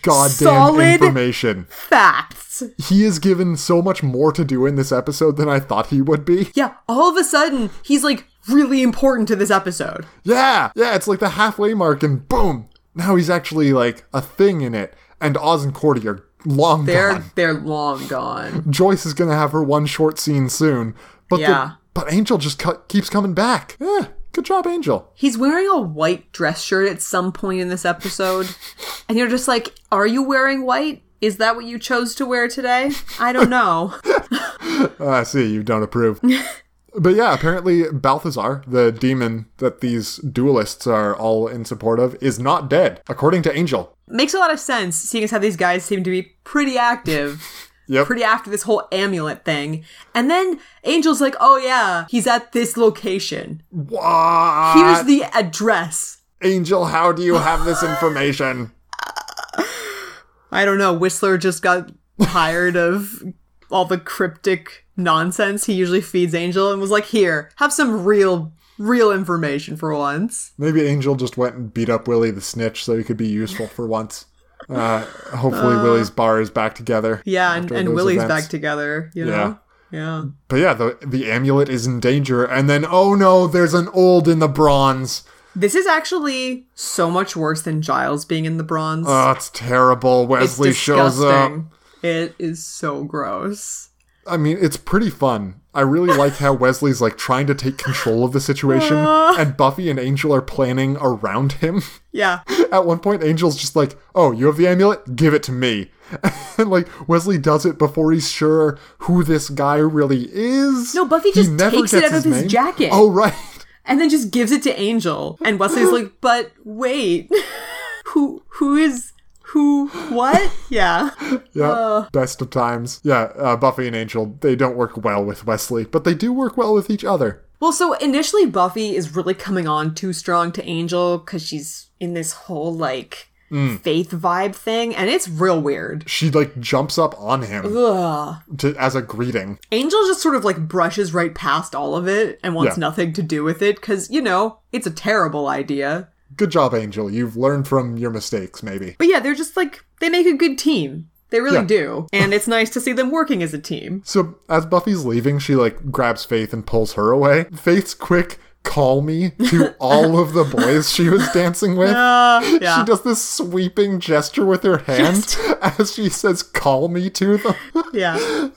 Speaker 2: goddamn
Speaker 1: Solid.
Speaker 2: information.
Speaker 1: facts.
Speaker 2: He is given so much more to do in this episode than I thought he would be.
Speaker 1: Yeah, all of a sudden, he's like really important to this episode.
Speaker 2: Yeah, yeah, it's like the halfway mark, and boom! Now he's actually like a thing in it. And Oz and Cordy are long
Speaker 1: They're
Speaker 2: gone.
Speaker 1: they're long gone.
Speaker 2: Joyce is gonna have her one short scene soon, but the-
Speaker 1: Yeah.
Speaker 2: but Angel just cu- keeps coming back. Yeah, good job, Angel.
Speaker 1: He's wearing a white dress shirt at some point in this episode. And you're just like, are you wearing white? Is that what you chose to wear today? I don't know.
Speaker 2: Ah, I see you
Speaker 1: *laughs*
Speaker 2: don't approve. but yeah, apparently Balthazar, the demon that these duelists are all in support of, is not dead, according to Angel.
Speaker 1: Makes a lot of sense, seeing as how these guys seem to be pretty active,
Speaker 2: Yep.
Speaker 1: pretty after this whole amulet thing. And then Angel's like, oh yeah, he's at this location.
Speaker 2: What?
Speaker 1: Here's the address.
Speaker 2: Angel, how do you
Speaker 1: *laughs*
Speaker 2: have this information?
Speaker 1: I don't know, Whistler just got tired of all the cryptic nonsense he usually feeds Angel and was like, here, have some real, real information for once.
Speaker 2: Maybe Angel just went and beat up Willie the Snitch so he could be useful for once. Uh, hopefully, Willie's bar is back together.
Speaker 1: Yeah, and,
Speaker 2: after
Speaker 1: and
Speaker 2: those
Speaker 1: Willie's
Speaker 2: events.
Speaker 1: back together. You
Speaker 2: Yeah.
Speaker 1: know? Yeah.
Speaker 2: But yeah, the the amulet is in danger, and then oh no, there's an old in the bronze.
Speaker 1: This is actually so much worse than Giles being in the bronze.
Speaker 2: Oh, it's terrible.
Speaker 1: it's
Speaker 2: Wesley shows up.
Speaker 1: disgusting. It is so gross.
Speaker 2: I mean, it's pretty fun. I really like
Speaker 1: *laughs*
Speaker 2: how Wesley's like trying to take control of the situation,
Speaker 1: Uh.
Speaker 2: and Buffy and Angel are planning around him. *laughs*
Speaker 1: Yeah.
Speaker 2: At one point, Angel's just like, "Oh, you have the amulet? Give it to me." *laughs* And like Wesley does it before he's sure who this guy really is.
Speaker 1: No, Buffy
Speaker 2: He
Speaker 1: just
Speaker 2: never
Speaker 1: takes it
Speaker 2: gets
Speaker 1: out of his jacket.
Speaker 2: Oh right. *laughs*
Speaker 1: And then just gives it to Angel. And Wesley's like, but wait. *laughs* who who is who what? Yeah.
Speaker 2: Yeah, best of times. Yeah, uh, Buffy and Angel, they don't work well with Wesley, but they do work well with each other.
Speaker 1: Well, so initially Buffy is really coming on too strong to Angel because she's in this whole like
Speaker 2: Mm.
Speaker 1: faith vibe thing, and it's real weird.
Speaker 2: She like jumps up on him
Speaker 1: Ugh.
Speaker 2: to, as a greeting.
Speaker 1: Angel just sort of like brushes right past all of it and wants
Speaker 2: Yeah.
Speaker 1: nothing to do with it because, you know, it's a terrible idea.
Speaker 2: Good job, Angel. You've learned from your mistakes, maybe.
Speaker 1: But yeah, they're just like, they make a good team. They really
Speaker 2: Yeah.
Speaker 1: do. And it's nice to see them working as a team.
Speaker 2: So as Buffy's leaving, she like grabs Faith and pulls her away. Faith's quick call me to all of the boys she was dancing with. *laughs* She does this sweeping gesture with her hand as she says call me to them. *laughs*
Speaker 1: Yeah.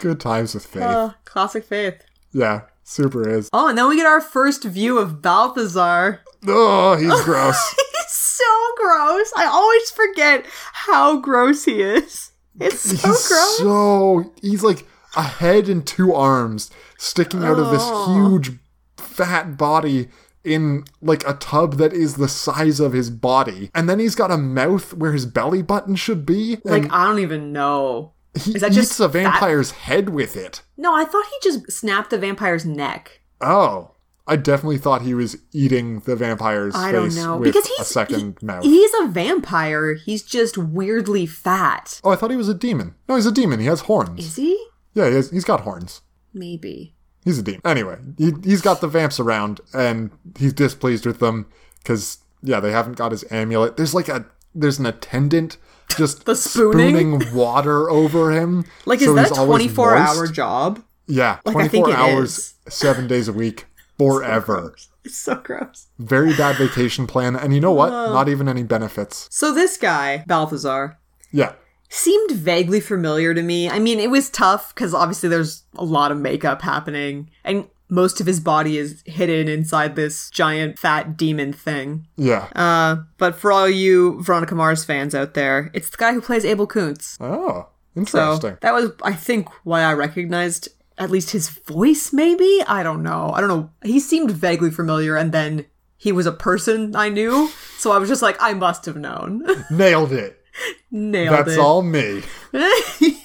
Speaker 2: Good times with Faith.
Speaker 1: Uh. Classic faith.
Speaker 2: yeah, super is.
Speaker 1: Oh, and then we get our first view of Balthazar.
Speaker 2: Oh, he's gross.
Speaker 1: He's so gross. I always forget how gross he is. It's so
Speaker 2: he's
Speaker 1: gross.
Speaker 2: so he's like a head and two arms sticking out of this
Speaker 1: Oh.
Speaker 2: huge fat body in like a tub that is the size of his body and then he's got a mouth where his belly button should be and
Speaker 1: like, I don't even know.
Speaker 2: he
Speaker 1: is that
Speaker 2: eats
Speaker 1: just
Speaker 2: a
Speaker 1: fat?
Speaker 2: vampire's head with it
Speaker 1: No, I thought he just snapped the vampire's neck.
Speaker 2: oh i definitely thought he was eating the vampire's
Speaker 1: I don't
Speaker 2: face
Speaker 1: know.
Speaker 2: with
Speaker 1: Because he's
Speaker 2: a second mouth
Speaker 1: he- he's a vampire. He's just weirdly fat.
Speaker 2: oh i thought he was a demon no he's a demon he has horns
Speaker 1: Is he?
Speaker 2: yeah he has, he's got horns
Speaker 1: Maybe.
Speaker 2: He's a demon. Anyway, he, he's got the vamps around and he's displeased with them because, yeah, they haven't got his amulet. There's like a, there's an attendant just
Speaker 1: The spooning?
Speaker 2: water over him.
Speaker 1: *laughs* Like,
Speaker 2: so
Speaker 1: is that
Speaker 2: he's
Speaker 1: a
Speaker 2: always
Speaker 1: 24 hour
Speaker 2: moist.
Speaker 1: job?
Speaker 2: Yeah,
Speaker 1: I think
Speaker 2: 24
Speaker 1: it
Speaker 2: hours, seven days
Speaker 1: *laughs*
Speaker 2: a week, forever.
Speaker 1: It's so gross.
Speaker 2: Very bad vacation plan. And you know what? Not even any benefits.
Speaker 1: So, this guy, Balthazar,
Speaker 2: Yeah.
Speaker 1: seemed vaguely familiar to me. I mean, it was tough because obviously there's a lot of makeup happening, and most of his body is hidden inside this giant fat demon thing.
Speaker 2: Yeah.
Speaker 1: Uh, But for all you Veronica Mars fans out there, it's the guy who plays Abel Kuntz.
Speaker 2: oh,
Speaker 1: So
Speaker 2: interesting.
Speaker 1: that was, I think, why I recognized at least his voice, maybe? I don't know. I don't know. He seemed vaguely familiar, and then he was a person I knew, so I was just like, I must have known. *laughs*
Speaker 2: Nailed it.
Speaker 1: Nailed
Speaker 2: That's
Speaker 1: it.
Speaker 2: all me.
Speaker 1: *laughs*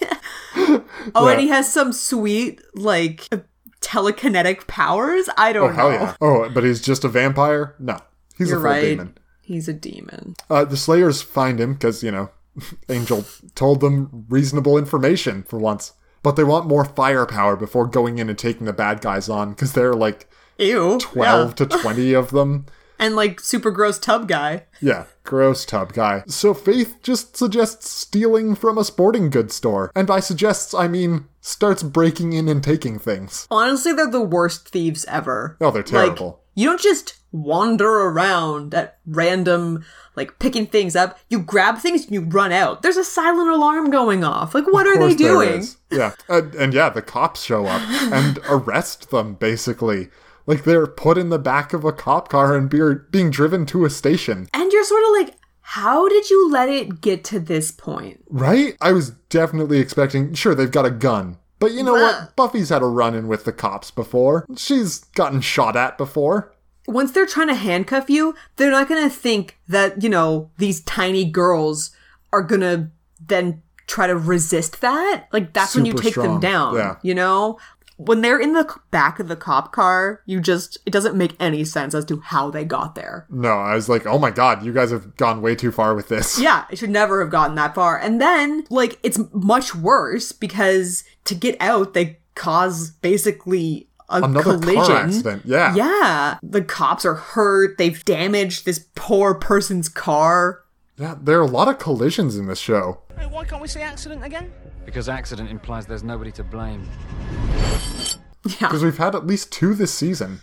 Speaker 1: Oh,
Speaker 2: Yeah.
Speaker 1: and he has some sweet, like, telekinetic powers? I
Speaker 2: Oh,
Speaker 1: don't know.
Speaker 2: hell yeah. Oh, but he's just a vampire? No. He's
Speaker 1: You're
Speaker 2: a full
Speaker 1: right.
Speaker 2: demon.
Speaker 1: He's a demon.
Speaker 2: Uh, the Slayers find him because, you know, *laughs* Angel told them reasonable information for once. But they want more firepower before going in and taking the bad guys on because there are like
Speaker 1: Ew.
Speaker 2: 12
Speaker 1: Yeah.
Speaker 2: to 20 of them.
Speaker 1: And, like, super gross tub guy.
Speaker 2: Yeah, gross tub guy. So Faith just suggests stealing from a sporting goods store. And by suggests, I mean starts breaking in and taking things.
Speaker 1: Honestly, they're the worst thieves ever.
Speaker 2: Oh, they're
Speaker 1: Like,
Speaker 2: terrible.
Speaker 1: you don't just wander around at random, like, picking things up. You grab things and you run out. There's a silent alarm going off. Like, what are
Speaker 2: Of
Speaker 1: they
Speaker 2: course there
Speaker 1: doing?
Speaker 2: is. Yeah, and, and yeah, the cops show up and
Speaker 1: *gasps*
Speaker 2: arrest them basically. Like they're put in the back of a cop car and be, being driven to a station.
Speaker 1: And you're sort of like, how did you let it get to this point?
Speaker 2: Right? I was definitely expecting. Sure, they've got a gun, but you know what? Buffy's had a run-in with the cops before. She's gotten shot at before.
Speaker 1: once they're trying to handcuff you, they're not going to think that, you know, these tiny girls are going to then try to resist that. Like, that's when you
Speaker 2: Super
Speaker 1: take them
Speaker 2: strong.
Speaker 1: down,
Speaker 2: Yeah.
Speaker 1: you know? When they're in the c- back of the cop car, you just, it doesn't make any sense as to how they got there.
Speaker 2: No, I was like, oh my god, you guys have gone way too far with this.
Speaker 1: Yeah, it should never have gotten that far. And then, like, it's much worse because to get out, they cause basically a
Speaker 2: Another
Speaker 1: collision.
Speaker 2: car accident. Yeah.
Speaker 1: Yeah, the cops are hurt. They've damaged this poor person's car. *laughs*
Speaker 2: Yeah. There are a lot of collisions in this show.
Speaker 9: Hey, why can't we say accident again?
Speaker 10: Because accident implies there's nobody to blame.
Speaker 1: *laughs*
Speaker 2: because we've had at least two this season,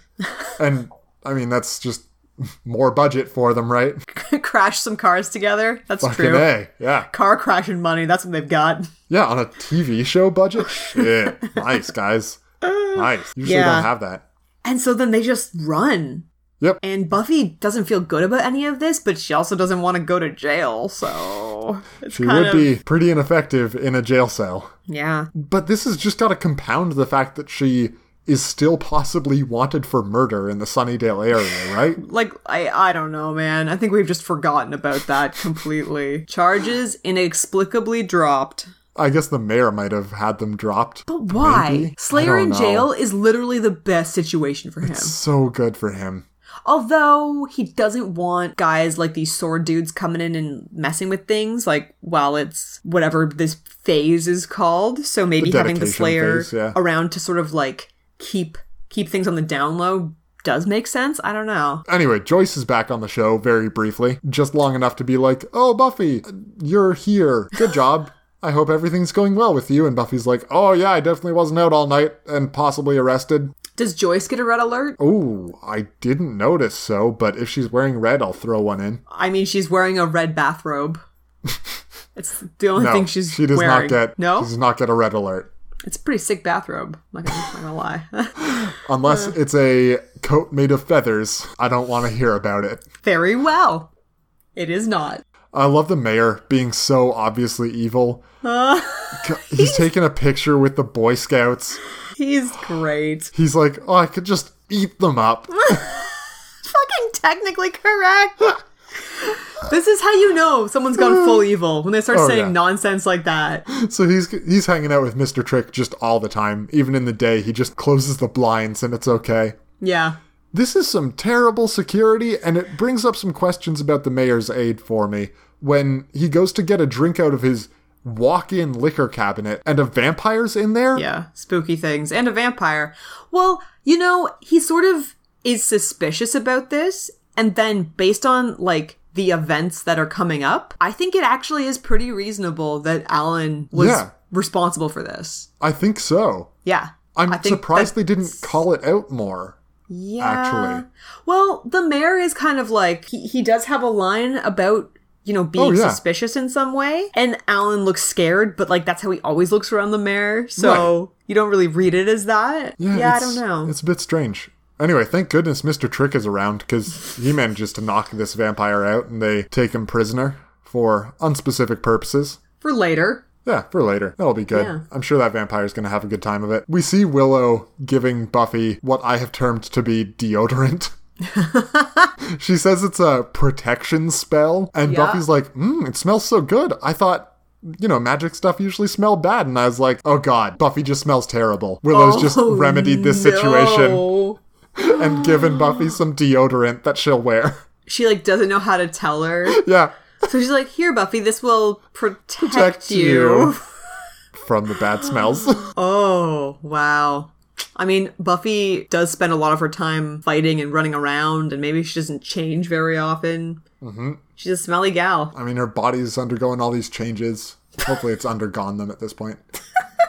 Speaker 2: and I mean that's just *laughs* more budget for them, right?
Speaker 1: Crash some cars together. That's
Speaker 2: Fucking
Speaker 1: true.
Speaker 2: a, yeah,
Speaker 1: Car crashing money. That's what they've got.
Speaker 2: yeah. On a TV show
Speaker 1: *laughs*
Speaker 2: budget, shit, nice guys, nice. Usually
Speaker 1: Yeah.
Speaker 2: don't have that.
Speaker 1: And so then they just run.
Speaker 2: Yep.
Speaker 1: And Buffy doesn't feel good about any of this, but she also doesn't want to go to jail. So it's
Speaker 2: She
Speaker 1: kind of
Speaker 2: would be pretty ineffective in a jail cell.
Speaker 1: yeah.
Speaker 2: But this has just got to compound the fact that she is still possibly wanted for murder in the Sunnydale area, right?
Speaker 1: Like I I don't know, man. I think we've just forgotten about *laughs* that completely. Charges inexplicably dropped.
Speaker 2: I guess the mayor might have had them dropped.
Speaker 1: But why?
Speaker 2: Maybe? I
Speaker 1: Slayer
Speaker 2: don't
Speaker 1: in
Speaker 2: know.
Speaker 1: jail is literally the best situation for him.
Speaker 2: So good for him.
Speaker 1: Although he doesn't want guys like these sword dudes coming in and messing with things, like while it's whatever this phase is called. So maybe
Speaker 2: The
Speaker 1: having the
Speaker 2: dedication
Speaker 1: Slayer
Speaker 2: phase, yeah.
Speaker 1: around to sort of like keep keep things on the down low does make sense. I don't know.
Speaker 2: Anyway, Joyce is back on the show very briefly, just long enough to be like, Oh, Buffy, you're here. Good job. I hope everything's going well with you. And Buffy's like, Oh, yeah, I definitely wasn't out all night and possibly arrested.
Speaker 1: Does Joyce get a red alert?
Speaker 2: Ooh, I didn't notice so, but if she's wearing red, I'll throw one in.
Speaker 1: I mean, she's wearing a red
Speaker 2: *laughs*
Speaker 1: bathrobe. it's the only
Speaker 2: No,
Speaker 1: thing she's
Speaker 2: she does
Speaker 1: wearing.
Speaker 2: not get
Speaker 1: no,
Speaker 2: she does not get a red alert
Speaker 1: it's a pretty sick bathrobe. I'm not gonna, not gonna lie. *laughs*
Speaker 2: unless it's a coat made of feathers. I don't want to hear about it.
Speaker 1: Very well. It is not.
Speaker 2: I love the mayor being so obviously evil.
Speaker 1: Uh,
Speaker 2: God,
Speaker 1: *laughs*
Speaker 2: he's taking a picture with the Boy Scouts.
Speaker 1: He's great.
Speaker 2: He's like, oh, I could just eat them up.
Speaker 1: Fucking technically
Speaker 2: *laughs*
Speaker 1: correct. this is how you know someone's gone
Speaker 2: *sighs*
Speaker 1: full evil when they start
Speaker 2: Oh,
Speaker 1: saying
Speaker 2: yeah.
Speaker 1: nonsense like that.
Speaker 2: so he's he's hanging out with Mr. Trick just all the time. Even in the day, he just closes the blinds and it's okay.
Speaker 1: Yeah.
Speaker 2: This is some terrible security, and it brings up some questions about the mayor's aide for me. When he goes to get a drink out of his walk in liquor cabinet and a vampire's in *laughs* there?
Speaker 1: Yeah. Spooky things and a vampire. Well, you know, he sort of is suspicious about this. And then based on like the events that are coming up, I think it actually is pretty reasonable that Alan was
Speaker 2: Yeah.
Speaker 1: responsible for this.
Speaker 2: I think so.
Speaker 1: Yeah.
Speaker 2: I'm
Speaker 1: I think
Speaker 2: surprised they
Speaker 1: that's-
Speaker 2: didn't call it out more.
Speaker 1: Yeah.
Speaker 2: actually.
Speaker 1: Well, the mayor is kind of like he, he does have a line about you know being
Speaker 2: Oh, yeah.
Speaker 1: suspicious in some way, and Alan looks scared, but like that's how he always looks around the mayor, so you don't really read it as that. Yeah, I
Speaker 2: it's-
Speaker 1: don't know.
Speaker 2: It's a bit strange. Anyway, thank goodness Mr. Trick is around because he manages to knock this vampire out and they take him prisoner for unspecific purposes.
Speaker 1: For later,
Speaker 2: Yeah, for later. That'll be good.
Speaker 1: Yeah.
Speaker 2: I'm sure that vampire's going to have a good time of it. We see Willow giving Buffy what I have termed to be deodorant. *laughs* she says it's a protection spell, and
Speaker 1: Yeah.
Speaker 2: Buffy's like, mm, it smells so good. I thought, you know, magic stuff usually smell bad. And I was like, oh god, Buffy just smells terrible. Willow's just
Speaker 1: Oh,
Speaker 2: remedied this situation
Speaker 1: no.
Speaker 2: and given Buffy some deodorant that she'll wear. *laughs*
Speaker 1: She like doesn't know how to tell her,
Speaker 2: yeah,
Speaker 1: so she's like, "Here, Buffy, this will protect,
Speaker 2: protect
Speaker 1: you."
Speaker 2: you from the bad smells. *laughs*
Speaker 1: Oh, wow. I mean, Buffy does spend a lot of her time fighting and running around, and maybe she doesn't change very often. Mm-hmm. She's a smelly gal.
Speaker 2: I mean, her body's undergoing all these changes. Hopefully, it's undergone them at this point.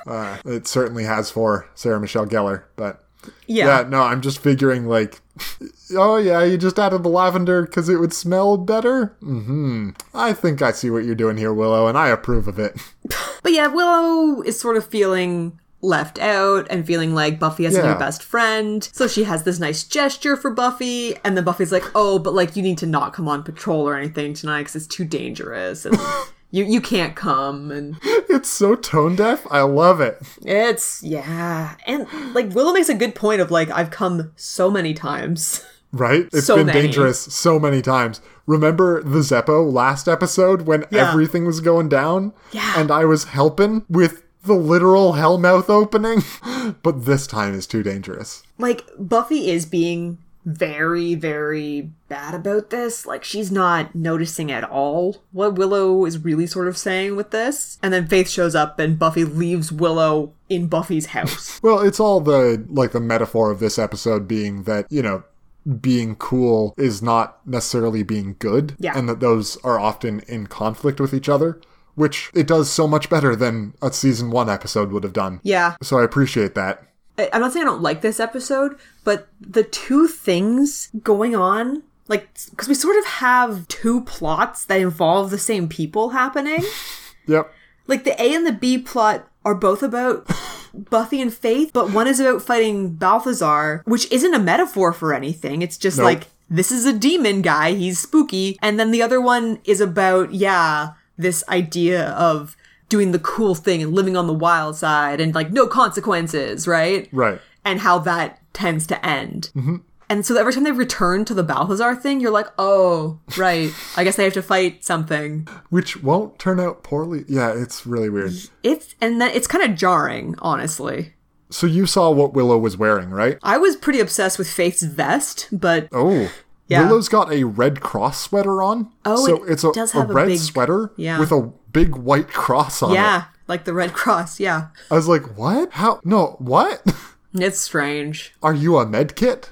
Speaker 2: Uh, it certainly has for Sarah Michelle Gellar, but
Speaker 1: Yeah.
Speaker 2: yeah, no, I'm just figuring like, *laughs* oh yeah, you just added the lavender because it would smell better. Hmm. I think I see what you're doing here, Willow, and I approve of it. *laughs*
Speaker 1: But yeah, Willow is sort of feeling left out and feeling like Buffy isn't
Speaker 2: Yeah.
Speaker 1: her best friend. So she has this nice gesture for Buffy, and then Buffy's like, oh, but like, you need to not come on patrol or anything tonight because it's too dangerous. And, You, you can't come and
Speaker 2: it's so tone deaf. I love it.
Speaker 1: it's yeah and like Willow makes a good point of like I've come so many times
Speaker 2: Right? It's
Speaker 1: So
Speaker 2: been
Speaker 1: many.
Speaker 2: dangerous so many times. Remember the Zeppo last episode when
Speaker 1: Yeah.
Speaker 2: everything was going down?
Speaker 1: Yeah.
Speaker 2: And I was helping with the literal hellmouth opening? *laughs* but this time is too dangerous.
Speaker 1: like Buffy is being very very bad about this like she's not noticing at all what Willow is really sort of saying with this and then Faith shows up and Buffy leaves Willow in Buffy's
Speaker 2: *laughs*
Speaker 1: house
Speaker 2: Well, it's all the like the metaphor of this episode being that, you know, being cool is not necessarily being good.
Speaker 1: Yeah.
Speaker 2: And that those are often in conflict with each other. Which it does so much better than a season one episode would have done.
Speaker 1: yeah
Speaker 2: So I appreciate that.
Speaker 1: I- I'm not saying I don't like this episode but the two things going on like cuz we sort of have two plots that involve the same people happening
Speaker 2: Yep.
Speaker 1: like the A and the B plot are both about Buffy and Faith, but one is about fighting Balthazar, which isn't a metaphor for anything. It's just
Speaker 2: Nope.
Speaker 1: like this is a demon guy, he's spooky, and then the other one is about yeah, this idea of doing the cool thing and living on the wild side and like no consequences, right?
Speaker 2: Right.
Speaker 1: And how that tends to end. And so every time they return to the Balthazar thing, you're like, oh, right. I guess they have to fight something.
Speaker 2: which won't turn out poorly. Yeah, it's really weird.
Speaker 1: It's and then it's kind of jarring, honestly.
Speaker 2: So you saw what Willow was wearing, right?
Speaker 1: I was pretty obsessed with Faith's vest, but
Speaker 2: Oh,
Speaker 1: Yeah.
Speaker 2: Willow's got a Red Cross sweater on.
Speaker 1: Oh,
Speaker 2: so
Speaker 1: it
Speaker 2: it's a,
Speaker 1: does
Speaker 2: a
Speaker 1: have a
Speaker 2: red
Speaker 1: big-
Speaker 2: sweater
Speaker 1: yeah.
Speaker 2: with a big white cross on it.
Speaker 1: yeah, like the Red *laughs* Cross. Yeah,
Speaker 2: I was like, what? How? No, what? *laughs*
Speaker 1: it's strange. *laughs*
Speaker 2: Are you a medkit?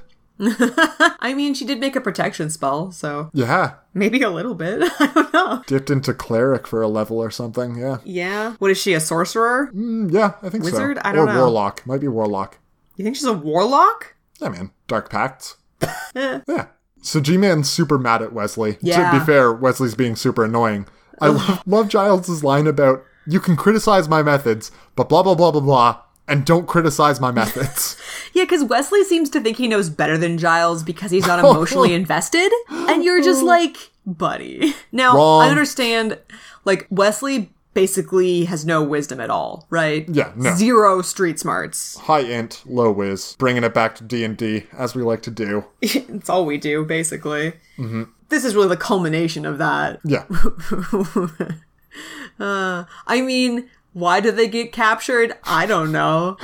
Speaker 1: I mean, she did make a protection spell, so
Speaker 2: Yeah.
Speaker 1: maybe a little bit. *laughs* I don't know.
Speaker 2: Dipped into cleric for a level or something. Yeah.
Speaker 1: Yeah. What is she? A sorcerer?
Speaker 2: Mm, yeah, I think
Speaker 1: Wizard?
Speaker 2: so.
Speaker 1: I don't
Speaker 2: or
Speaker 1: know.
Speaker 2: warlock. Might be warlock.
Speaker 1: You think she's a warlock?
Speaker 2: Yeah, man. Dark Pact. yeah. So G Man's super mad at Wesley. To
Speaker 1: Yeah.
Speaker 2: be fair, Wesley's being super annoying. I love, love Giles's line about you can criticize my methods, but blah, blah, blah, blah, blah, and don't criticize my methods.
Speaker 1: Yeah, because Wesley seems to think he knows better than Giles because he's
Speaker 2: *laughs*
Speaker 1: not emotionally invested, and you're
Speaker 2: *gasps*
Speaker 1: just like, buddy. Now
Speaker 2: Wrong.
Speaker 1: I understand. Like Wesley basically has no wisdom at all, right?
Speaker 2: Yeah, no.
Speaker 1: Zero street smarts. *laughs*
Speaker 2: High int, low whiz, bringing it back to D&D, as we like to do.
Speaker 1: it's all we do basically.
Speaker 2: Mm-hmm.
Speaker 1: This is really the culmination of that.
Speaker 2: Yeah.
Speaker 1: I mean, why do they get captured? I don't know.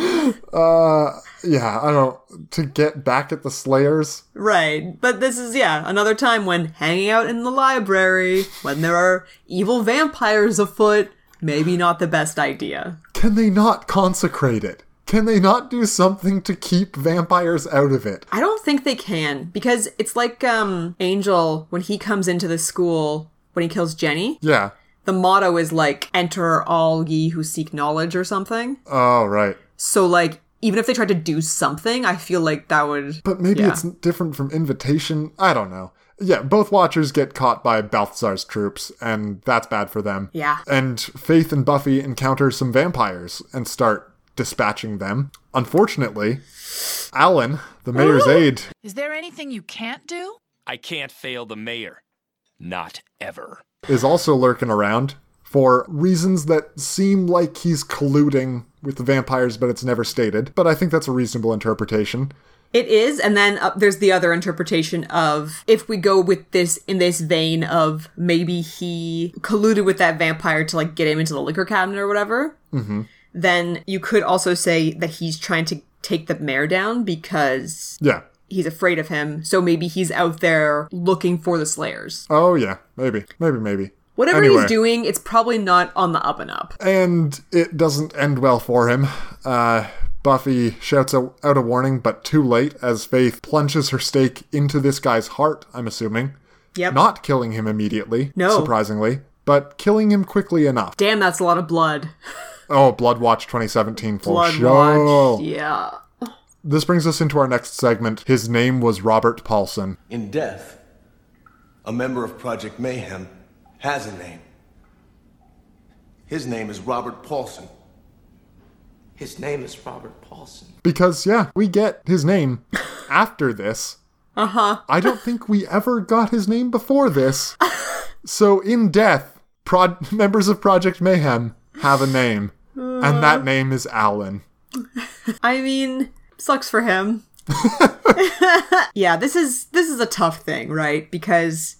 Speaker 2: Uh, Yeah, I don't... To get back at the Slayers,
Speaker 1: Right. But this is, yeah, another time when hanging out in the library, when there are evil vampires afoot, maybe not the best idea.
Speaker 2: can they not consecrate it? Can they not do something to keep vampires out of it?
Speaker 1: I don't think they can because it's like um Angel when he comes into the school when he kills Jenny.
Speaker 2: Yeah.
Speaker 1: The motto is like enter all ye who seek knowledge or something.
Speaker 2: Oh, right.
Speaker 1: So like even if they tried to do something, I feel like that would
Speaker 2: But maybe
Speaker 1: Yeah.
Speaker 2: it's different from invitation. I don't know. Yeah, both Watchers get caught by Balthazar's troops, and that's bad for them.
Speaker 1: Yeah.
Speaker 2: And Faith and Buffy encounter some vampires and start dispatching them. Unfortunately, Alan, the mayor's aide,
Speaker 11: Is there anything you can't do?
Speaker 6: I can't fail the mayor. Not ever.
Speaker 2: is also lurking around for reasons that seem like he's colluding with the vampires, but it's never stated. But I think that's a reasonable interpretation.
Speaker 1: It is, and then uh, there's the other interpretation of if we go with this in this vein of maybe he colluded with that vampire to like get him into the liquor cabinet or whatever. Mm-hmm. Then you could also say that he's trying to take the mayor down because
Speaker 2: Yeah.
Speaker 1: he's afraid of him. So maybe he's out there looking for the slayers.
Speaker 2: Oh, yeah. Maybe. Maybe, maybe.
Speaker 1: Whatever
Speaker 2: Anyway.
Speaker 1: he's doing, it's probably not on the up and up.
Speaker 2: and it doesn't end well for him. Uh, Buffy shouts a- out a warning, but too late as Faith plunges her stake into this guy's heart, I'm assuming.
Speaker 1: Yep.
Speaker 2: Not killing him immediately,
Speaker 1: No.
Speaker 2: surprisingly, but killing him quickly enough.
Speaker 1: Damn, that's a lot of blood.
Speaker 2: Oh, Bloodwatch 2017 for
Speaker 1: Blood
Speaker 2: sure.
Speaker 1: watch. Yeah.
Speaker 2: This brings us into our next segment. His name was Robert Paulson.
Speaker 3: In death, a member of Project Mayhem has a name. His name is Robert Paulson. His name is Robert Paulson.
Speaker 2: Because, yeah, we get his name after this. Uh huh. I don't think we ever got his name before this. So, in death, prod- *laughs* members of Project Mayhem have a name, and that name is Alan.
Speaker 1: I mean, sucks for
Speaker 2: *laughs*
Speaker 1: him. yeah, this is this is a tough thing, right? Because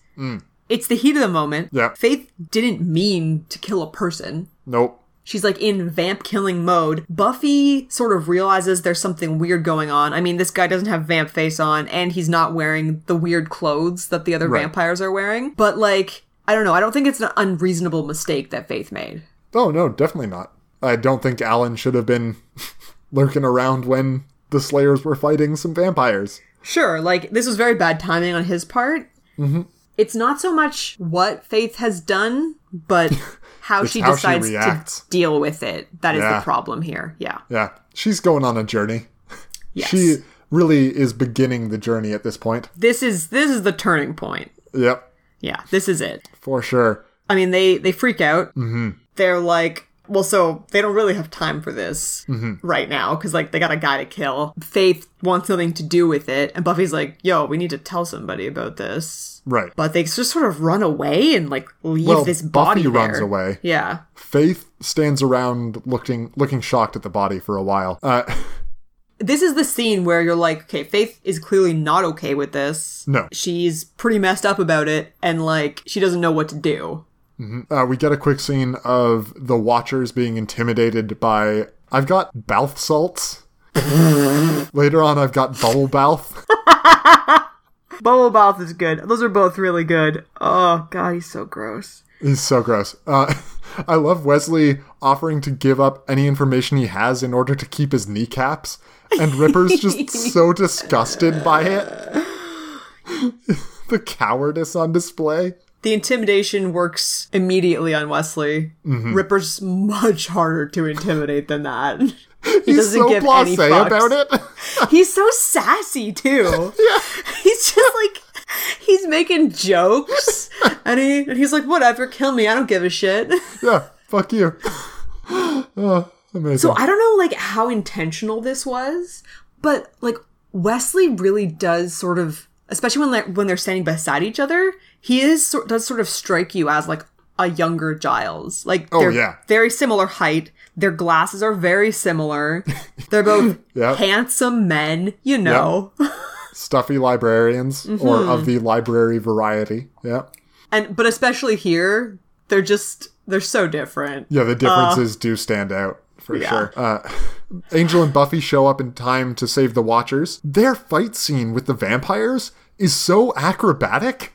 Speaker 1: it's the heat of the moment.
Speaker 2: Mm. Yeah.
Speaker 1: Faith didn't mean to kill a person.
Speaker 2: Nope.
Speaker 1: She's like in vamp killing mode. Buffy sort of realizes there's something weird going on. I mean, this guy doesn't have vamp face on and he's not wearing the weird clothes that the other
Speaker 2: Right.
Speaker 1: vampires are wearing. But like, I don't know. I don't think it's an unreasonable mistake that Faith made.
Speaker 2: Oh, no, definitely not. I don't think Alan should have been *laughs* lurking around when the Slayers were fighting some vampires.
Speaker 1: Sure, like this was very bad timing on his part. Mm-hmm. It's not so much what Faith has done, *laughs* but how she
Speaker 2: how she
Speaker 1: decides
Speaker 2: reacts.
Speaker 1: to deal with it. That is
Speaker 2: Yeah.
Speaker 1: the problem here. Yeah.
Speaker 2: Yeah, she's going on a journey. *laughs*
Speaker 1: Yes.
Speaker 2: She really is beginning the journey at this point.
Speaker 1: This is this is the turning point.
Speaker 2: Yep,
Speaker 1: Yeah, this is it.
Speaker 2: for sure.
Speaker 1: I mean, they they freak out. Mm-hmm. They're like, well, so they don't really have time for this right now because like they got a guy to kill. Faith wants nothing to do with it, and Buffy's like, "Yo, we need to tell somebody about this."
Speaker 2: Right.
Speaker 1: But they just sort of run away and like leave
Speaker 2: Well,
Speaker 1: this body.
Speaker 2: Buffy
Speaker 1: there.
Speaker 2: runs away.
Speaker 1: Yeah.
Speaker 2: Faith stands around looking looking shocked at the body for a while. Uh, *laughs*
Speaker 1: This is the scene where you're like, okay, Faith is clearly not okay with this.
Speaker 2: no,
Speaker 1: She's pretty messed up about it, and like she doesn't know what to do.
Speaker 2: uh, we get a quick scene of the Watchers being intimidated by. I've got Balth *laughs* salts. Later on, I've got bubble Balth.
Speaker 1: Bubble Bath is good. Those are both really good. Oh god, he's so gross.
Speaker 2: *laughs* He's so gross. Uh, *laughs* I love Wesley offering to give up any information he has in order to keep his kneecaps, and Ripper's
Speaker 1: *laughs*
Speaker 2: just so disgusted by it. *laughs* the cowardice on display.
Speaker 1: The intimidation works immediately on Wesley.
Speaker 2: Mm-hmm.
Speaker 1: Ripper's *laughs* much harder to intimidate than
Speaker 2: *laughs*
Speaker 1: that. He
Speaker 2: He's so blasé
Speaker 1: fucks.
Speaker 2: about it. *laughs*
Speaker 1: He's so sassy too. He's just like he's making jokes and he and he's like, whatever, kill me, I don't give a shit. *laughs*
Speaker 2: yeah, fuck you. *laughs* Oh, amazing.
Speaker 1: So I don't know like how intentional this was, but like Wesley really does sort of especially when like when they're standing beside each other, he is sor- does sort of strike you as like a younger Giles. Like
Speaker 2: Oh,
Speaker 1: they're
Speaker 2: yeah.
Speaker 1: very similar height, their glasses are very similar. They're both
Speaker 2: *laughs* Yeah.
Speaker 1: handsome men, you know.
Speaker 2: Stuffy librarians, or
Speaker 1: Mm-hmm.
Speaker 2: of the library variety. Yeah.
Speaker 1: And but especially here, they're just they're so different.
Speaker 2: Yeah, the
Speaker 1: Uh,
Speaker 2: differences do stand out for sure. Uh, Angel and Buffy show up in time to save the Watchers. Their fight scene with the vampires is so
Speaker 1: *laughs*
Speaker 2: acrobatic.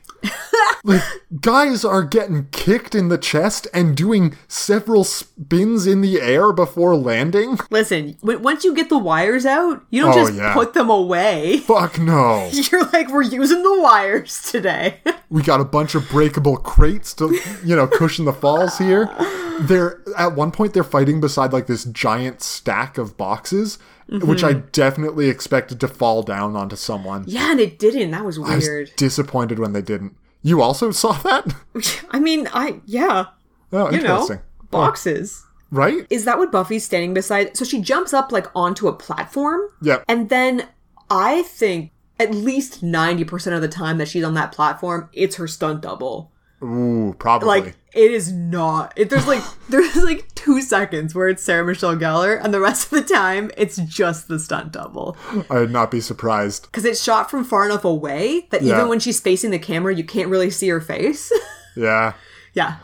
Speaker 2: like, guys are getting kicked in the chest and doing several spins in the air before landing.
Speaker 1: Listen, when, once you get the wires out, you don't
Speaker 2: Oh,
Speaker 1: just
Speaker 2: yeah.
Speaker 1: put them away. *laughs*
Speaker 2: Fuck no.
Speaker 1: You're like, we're using the wires today. *laughs*
Speaker 2: We got a bunch of breakable crates to, you know, cushion the falls here. They're at one point they're fighting beside like this giant stack of boxes, which I
Speaker 1: Mm-hmm.
Speaker 2: definitely expected to fall down onto someone.
Speaker 1: yeah, and it didn't. That was
Speaker 2: I was
Speaker 1: weird.
Speaker 2: disappointed when they didn't. You also saw that?
Speaker 1: I mean, I yeah,
Speaker 2: Oh,
Speaker 1: you know,
Speaker 2: interesting.
Speaker 1: boxes.
Speaker 2: Right?
Speaker 1: Is that what Buffy's standing beside? So she jumps up like onto a platform.
Speaker 2: Yeah.
Speaker 1: And then I think at least 90% of the time that she's on that platform, it's her stunt double.
Speaker 2: Ooh, probably.
Speaker 1: Like it is not. It, there's
Speaker 2: *laughs*
Speaker 1: like there's like two seconds where it's Sarah Michelle Gellar, and the rest of the time it's just the stunt double
Speaker 2: I would not be surprised.
Speaker 1: because it's shot from far enough away that
Speaker 2: Yeah.
Speaker 1: even when she's facing the camera, you can't really see her face. *laughs*
Speaker 2: Yeah. *laughs*
Speaker 1: yeah.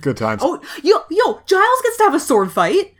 Speaker 2: Good times. Oh,
Speaker 1: Oh, yo, yo, Giles gets to have a sword fight.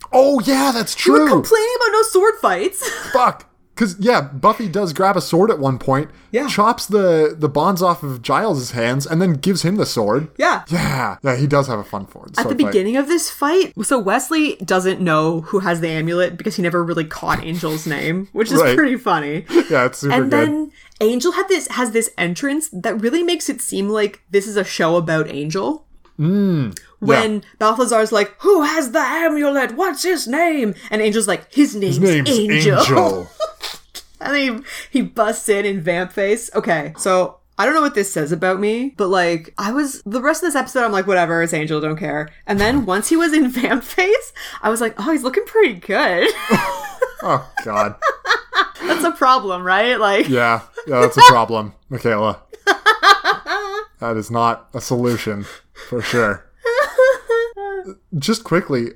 Speaker 2: yeah, that's
Speaker 1: You were
Speaker 2: true.
Speaker 1: complaining about no sword fights. *laughs*
Speaker 2: Fuck. Cause yeah, Buffy does grab a sword at one point,
Speaker 1: Yeah.
Speaker 2: chops the, the bonds off of Giles' hands, and then gives him the sword.
Speaker 1: yeah.
Speaker 2: Yeah. Yeah, he does have a fun sword.
Speaker 1: At the
Speaker 2: sword fight.
Speaker 1: beginning of this fight, so Wesley doesn't know who has the amulet because he never really caught Angel's name, which is
Speaker 2: Right.
Speaker 1: pretty funny.
Speaker 2: *laughs* Yeah, it's super
Speaker 1: and
Speaker 2: good.
Speaker 1: then Angel had this has this entrance that really makes it seem like this is a show about Angel.
Speaker 2: Hmm.
Speaker 1: When Balthazar's like, "Who has the amulet? What's his name?" and Angel's like, "His name's,
Speaker 2: Name's
Speaker 1: Angel."
Speaker 2: Angel.
Speaker 1: *laughs* and then he, he busts in in vamp face. Okay, so. I don't know what this says about me, but like I was the rest of this episode, I'm like, whatever, it's Angel, don't care. And then once he was in *laughs* vamp face, I was like, oh, he's looking pretty good. *laughs*
Speaker 2: oh god.
Speaker 1: That's a problem, right? Like,
Speaker 2: Yeah. Yeah, that's a problem, Michaela. that is not a solution, for sure. Just quickly,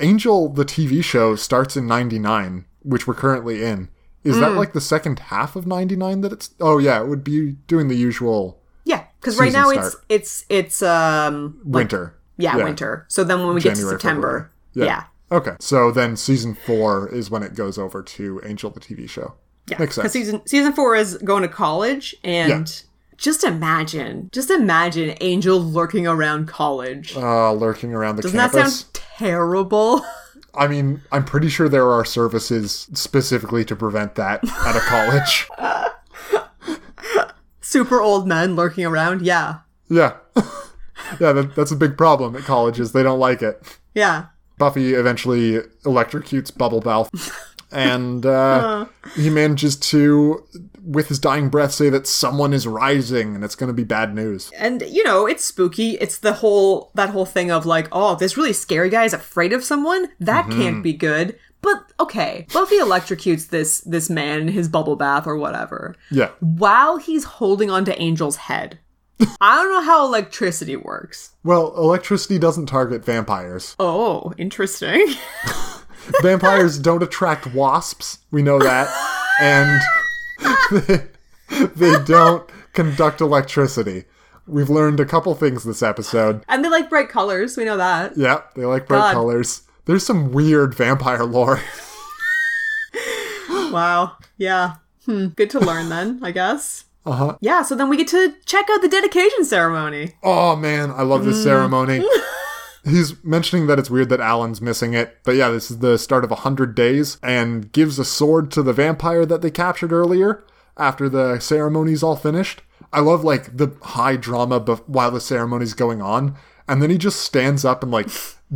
Speaker 2: Angel, the TV show, starts in 99, which we're currently in. Is
Speaker 1: Mm.
Speaker 2: that like the second half of 99 that it's. Oh, yeah, it would be doing the usual
Speaker 1: yeah, because right
Speaker 2: Season
Speaker 1: now
Speaker 2: start.
Speaker 1: it's it's it's um
Speaker 2: winter.
Speaker 1: Yeah, winter. So then when we get to
Speaker 2: January,
Speaker 1: September, yeah.
Speaker 2: Okay. So then season four is when it goes over to Angel, the TV show.
Speaker 1: yeah,
Speaker 2: Makes sense.
Speaker 1: Because season season four is going to college, and just imagine, just imagine Angel lurking around college.
Speaker 2: Uh, lurking around the
Speaker 1: Doesn't
Speaker 2: campus.
Speaker 1: that sound terrible? *laughs*
Speaker 2: I mean, I'm pretty sure there are services specifically to prevent that at a college.
Speaker 1: Super old men lurking around. Yeah,
Speaker 2: yeah. *laughs* yeah, that, that's a big problem at colleges. They don't like it.
Speaker 1: yeah.
Speaker 2: Buffy eventually electrocutes Bubble Valve, and uh, he manages to, with his dying breath, say that someone is rising and it's going to be bad news.
Speaker 1: And you know, it's spooky. It's the whole that whole thing of like, oh, this really scary guy is afraid of someone. That can't be good. But okay, Buffy electrocutes this this man in his bubble bath or whatever.
Speaker 2: Yeah.
Speaker 1: while he's holding onto Angel's head. I don't know how electricity works.
Speaker 2: Well, electricity doesn't target vampires.
Speaker 1: Oh, interesting.
Speaker 2: vampires don't attract wasps. We know that. And they, they don't conduct electricity. We've learned a couple things this episode.
Speaker 1: *laughs* and they like bright colors, we know that.
Speaker 2: Yeah, they like bright
Speaker 1: God.
Speaker 2: colors. There's some weird vampire lore.
Speaker 1: Wow. Yeah. Hmm. Good to learn then, I guess.
Speaker 2: Uh huh.
Speaker 1: Yeah, so then we get to check out the dedication ceremony.
Speaker 2: Oh man, I love this ceremony. He's mentioning that it's weird that Alan's missing it, but yeah, this is the start of 100 days and gives a sword to the vampire that they captured earlier after the ceremony's all finished. I love like the high drama bef- while the ceremony's going on, and then he just stands up and like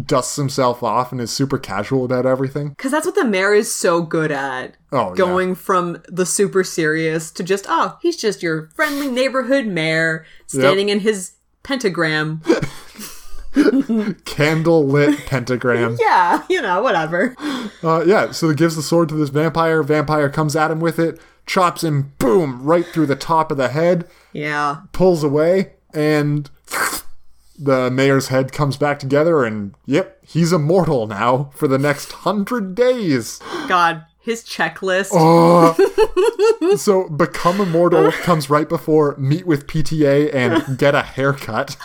Speaker 2: dusts himself off and is super casual about everything.
Speaker 1: Because that's what the mayor is so good at.
Speaker 2: Oh, yeah.
Speaker 1: Going from the super serious to just, oh, he's just your friendly neighborhood mayor standing in his
Speaker 2: *laughs*
Speaker 1: pentagram.
Speaker 2: Candle lit pentagram.
Speaker 1: yeah, you know, whatever.
Speaker 2: Uh, yeah, so he gives the sword to this vampire. Vampire comes at him with it, chops him, boom, right through the top of the head,
Speaker 1: Yeah.
Speaker 2: pulls away, and the mayor's head comes back together, and yep, he's immortal now for the next
Speaker 1: *laughs*
Speaker 2: hundred days.
Speaker 1: God, his checklist.
Speaker 2: Oh, So, Become Immortal comes right before Meet with PTA and Get a Haircut.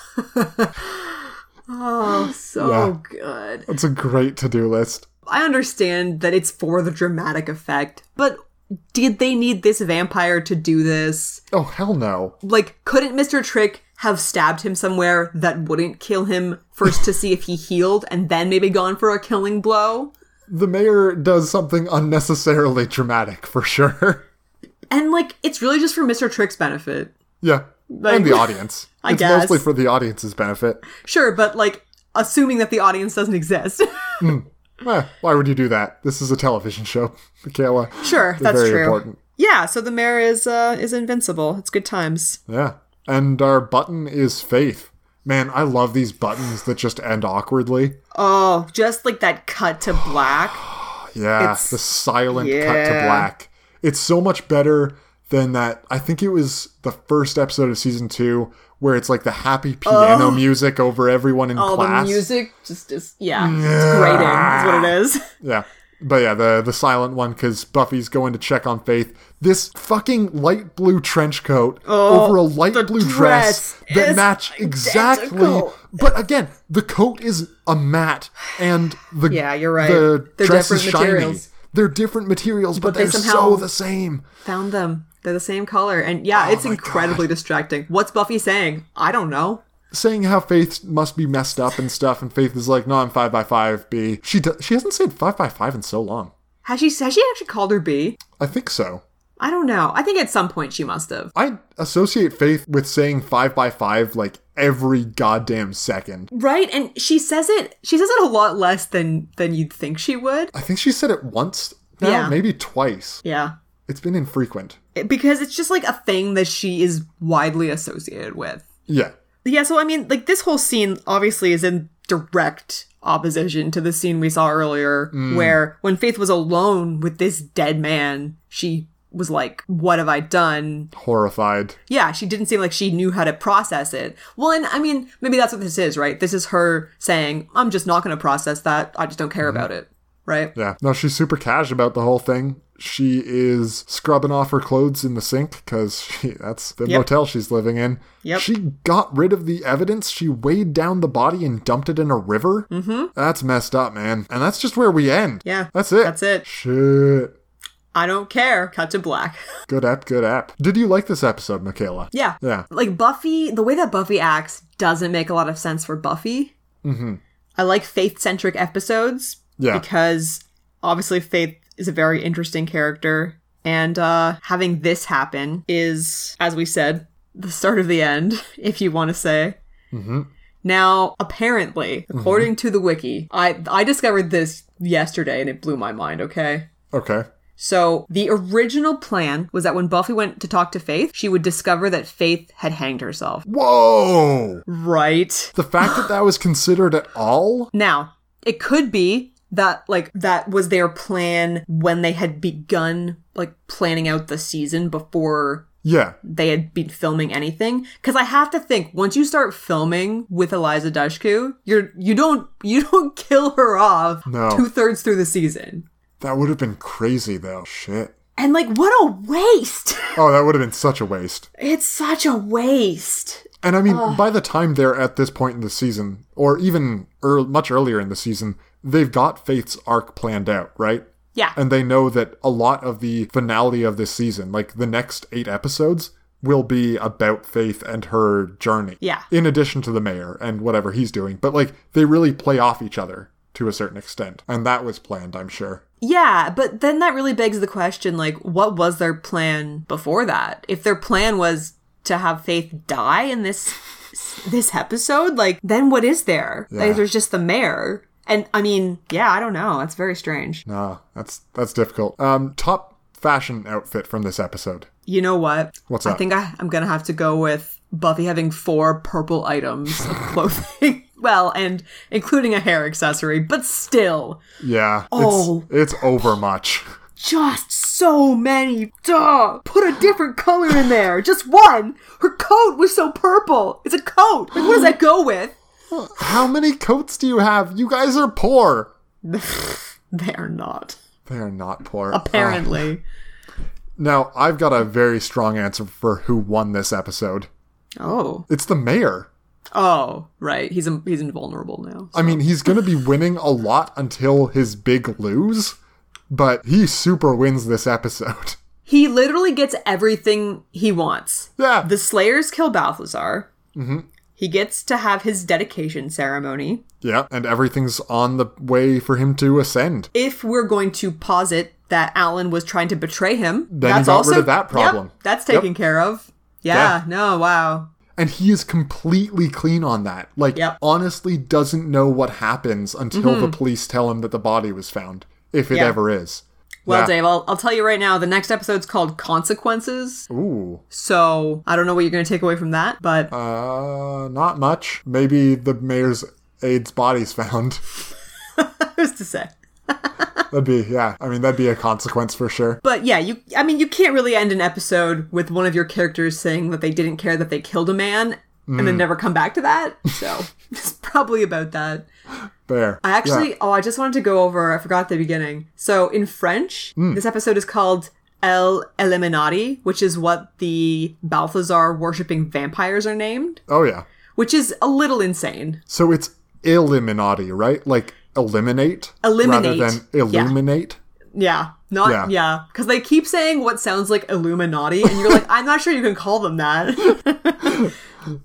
Speaker 1: Oh, so good.
Speaker 2: It's a great to do list.
Speaker 1: I understand that it's for the dramatic effect, but did they need this vampire to do this?
Speaker 2: Oh, hell no.
Speaker 1: Like, couldn't Mr. Trick have stabbed him somewhere that wouldn't kill him first to see if he healed and then maybe gone for a killing blow?
Speaker 2: The mayor does something unnecessarily dramatic for sure. *laughs*
Speaker 1: And, like, it's really just for Mr. Trick's benefit.
Speaker 2: Yeah.
Speaker 1: Like-
Speaker 2: and the audience.
Speaker 1: I
Speaker 2: it's
Speaker 1: guess.
Speaker 2: mostly for the audience's benefit.
Speaker 1: Sure, but, like, assuming that the audience doesn't exist. *laughs*
Speaker 2: Eh, why would you do that? This is a television show, *laughs* Michaela.
Speaker 1: sure,
Speaker 2: They're
Speaker 1: that's
Speaker 2: very
Speaker 1: true.
Speaker 2: important.
Speaker 1: Yeah, so the mayor is uh is invincible. It's good times.
Speaker 2: Yeah. And our button is faith. Man, I love these buttons that just end awkwardly.
Speaker 1: Oh, just like that cut to black.
Speaker 2: Yeah,
Speaker 1: It's-
Speaker 2: the silent cut to
Speaker 1: yeah.
Speaker 2: black. It's so much better than that. I think it was the first episode of season two where it's like the happy piano music over everyone in
Speaker 1: Oh. All
Speaker 2: class.
Speaker 1: the music just is yeah, it's grating is *laughs* what it is.
Speaker 2: Yeah. But yeah, the the silent one because Buffy's going to check on Faith. This fucking light blue trench coat over a light blue dress,
Speaker 1: Oh, dress
Speaker 2: that
Speaker 1: is
Speaker 2: match exactly.
Speaker 1: identical.
Speaker 2: But again, the coat is a matte, and the
Speaker 1: Yeah, you're right.
Speaker 2: The
Speaker 1: They're
Speaker 2: dress
Speaker 1: different
Speaker 2: is shiny.
Speaker 1: materials.
Speaker 2: They're different materials, but,
Speaker 1: But they
Speaker 2: they're
Speaker 1: somehow-
Speaker 2: so the same.
Speaker 1: Found them. They're the same color, and yeah, it's incredibly distracting. What's Buffy saying? I don't know.
Speaker 2: Saying how Faith must be messed up and stuff, and Faith is like, "No, I'm five by five B." She do- she hasn't said five by five in so long.
Speaker 1: Has she has she actually called her B?
Speaker 2: I think so.
Speaker 1: I don't know. I think at some point she must have.
Speaker 2: I associate faith with saying five by five like every goddamn second.
Speaker 1: Right? And she says it she says it a lot less than than you'd think she would.
Speaker 2: I think she said it once now,
Speaker 1: Yeah.
Speaker 2: maybe twice.
Speaker 1: Yeah.
Speaker 2: It's been infrequent.
Speaker 1: It- because it's just like a thing that she is widely associated with.
Speaker 2: Yeah.
Speaker 1: Yeah, so I mean, like this whole scene obviously is in direct opposition to the scene we saw earlier,
Speaker 2: Mm.
Speaker 1: where when Faith was alone with this dead man, she was like, What have I done?
Speaker 2: Horrified.
Speaker 1: Yeah, she didn't seem like she knew how to process it. Well, and I mean, maybe that's what this is, right? This is her saying, I'm just not going to process that. I just don't care about it, right?
Speaker 2: Mm-hmm. Yeah. No, she's super cash about the whole thing. She is scrubbing off her clothes in the sink *laughs* because that's the
Speaker 1: Yep.
Speaker 2: motel she's living in.
Speaker 1: Yep.
Speaker 2: She got rid of the evidence. She weighed down the body and dumped it in a river. Mm-hmm. That's messed up, man. And that's just where we end.
Speaker 1: Yeah,
Speaker 2: That's it.
Speaker 1: that's it.
Speaker 2: Shit.
Speaker 1: I don't care. Cut to black. *laughs*
Speaker 2: Good app, good app. Did you like this episode, Michaela?
Speaker 1: Yeah.
Speaker 2: Yeah.
Speaker 1: Like Buffy, the way that Buffy acts doesn't make a lot of sense for Buffy. Mm-hmm. I like faith centric episodes
Speaker 2: Yeah.
Speaker 1: because obviously Faith is a very interesting character. And uh, having this happen is, as we said, the start of the end, *laughs* if you want to say. Now, apparently, according to the wiki, I I discovered this yesterday and it blew my mind, okay?
Speaker 2: Okay.
Speaker 1: So the original plan was that when Buffy went to talk to Faith, she would discover that Faith had hanged herself.
Speaker 2: Whoa!
Speaker 1: Right.
Speaker 2: The fact that that was considered at all?
Speaker 1: Now, it could be that like that was their plan when they had begun like planning out the season before
Speaker 2: Yeah.
Speaker 1: they had been filming anything cuz I have to think once you start filming with Eliza Dushku, you're you don't *laughs* you don't kill her off
Speaker 2: No.
Speaker 1: two-thirds through the season.
Speaker 2: That would have been crazy, though. Shit.
Speaker 1: And like what a waste. *laughs*
Speaker 2: Oh, that would have been such a waste.
Speaker 1: it's such a waste.
Speaker 2: And I mean, by the time they're at this point in the season, or even ear much earlier in the season, they've got Faith's arc planned out, right?
Speaker 1: Yeah.
Speaker 2: And they know that a lot of the finality of this season, like the next eight episodes, will be about Faith and her journey.
Speaker 1: Yeah.
Speaker 2: In addition to the mayor and whatever he's doing. But like they really play off each other to a certain extent. And that was planned, I'm sure.
Speaker 1: Yeah, but then that really begs the question like, what was their plan before that? If their plan was to have Faith die in this this episode, like, then what is there? Like,
Speaker 2: Yeah.
Speaker 1: there's just the mayor. And I mean, yeah, I don't know. That's very strange.
Speaker 2: Ah, that's that's difficult. Um top fashion outfit from this episode.
Speaker 1: You know what?
Speaker 2: What's
Speaker 1: I
Speaker 2: up?
Speaker 1: think I, I'm going to have to go with Buffy having four purple items of clothing. *laughs* well, and including a hair accessory, but still,
Speaker 2: Yeah. It's
Speaker 1: Oh.
Speaker 2: it's over much.
Speaker 1: just so many. Duh! Put a different color in there. Just one. Her coat was so purple. It's a coat. Like, what does that go *laughs* with?
Speaker 2: How many coats do you have? You guys are poor.
Speaker 1: They're not.
Speaker 2: They are not poor. Ah.
Speaker 1: Apparently.
Speaker 2: Now, I've got a very strong answer for who won this episode.
Speaker 1: Oh.
Speaker 2: It's the mayor.
Speaker 1: Oh, right. He's in, he's invulnerable now.
Speaker 2: I mean, he's going to be winning a lot until his big lose, but he super wins this episode. *laughs*
Speaker 1: He literally gets everything he wants.
Speaker 2: Yeah.
Speaker 1: The Slayers kill Balthazar. He gets to have his dedication ceremony.
Speaker 2: yeah, and everything's on the way for him to ascend.
Speaker 1: If we're going to posit that Alan was trying to betray him,
Speaker 2: he
Speaker 1: that's
Speaker 2: got rid
Speaker 1: also
Speaker 2: of that
Speaker 1: Yep,
Speaker 2: problem.
Speaker 1: that's
Speaker 2: Yep.
Speaker 1: taken care of. Yeah,
Speaker 2: Yeah.
Speaker 1: No. Wow.
Speaker 2: And he is completely clean on that. Like,
Speaker 1: Yep. Mm-hmm.
Speaker 2: honestly, doesn't know what happens until the police tell him that the body was found, if it
Speaker 1: Yeah.
Speaker 2: ever is.
Speaker 1: Well,
Speaker 2: Yeah.
Speaker 1: Dave, I'll, I'll tell you right now. The next episode's called Consequences.
Speaker 2: Ooh.
Speaker 1: So I don't know what you're going to take away from that, but
Speaker 2: Uh, not much. Maybe the mayor's aide's body's *laughs* found.
Speaker 1: *laughs* who's to say?
Speaker 2: That'd be, yeah. I mean, that'd be a consequence for sure.
Speaker 1: But yeah, you I mean you can't really end an episode with one of your characters saying that they didn't care that they killed a man and
Speaker 2: Mm.
Speaker 1: then never come back to that. So *laughs* it's probably about that.
Speaker 2: Fair.
Speaker 1: I actually
Speaker 2: Yeah.
Speaker 1: oh I just wanted to go over I forgot at the beginning. So in French,
Speaker 2: Hmm.
Speaker 1: this episode is called El Eliminati, which is what the Balthazar worshipping vampires are named,
Speaker 2: Oh, yeah.
Speaker 1: which is a little insane.
Speaker 2: So it's Illuminati, right? Like eliminate,
Speaker 1: Eliminate.
Speaker 2: rather than
Speaker 1: Yeah.
Speaker 2: illuminate.
Speaker 1: Yeah. Not
Speaker 2: Yeah.
Speaker 1: yeah, because they keep saying what sounds like Illuminati, and you're like, I'm not sure you can call them that. *laughs*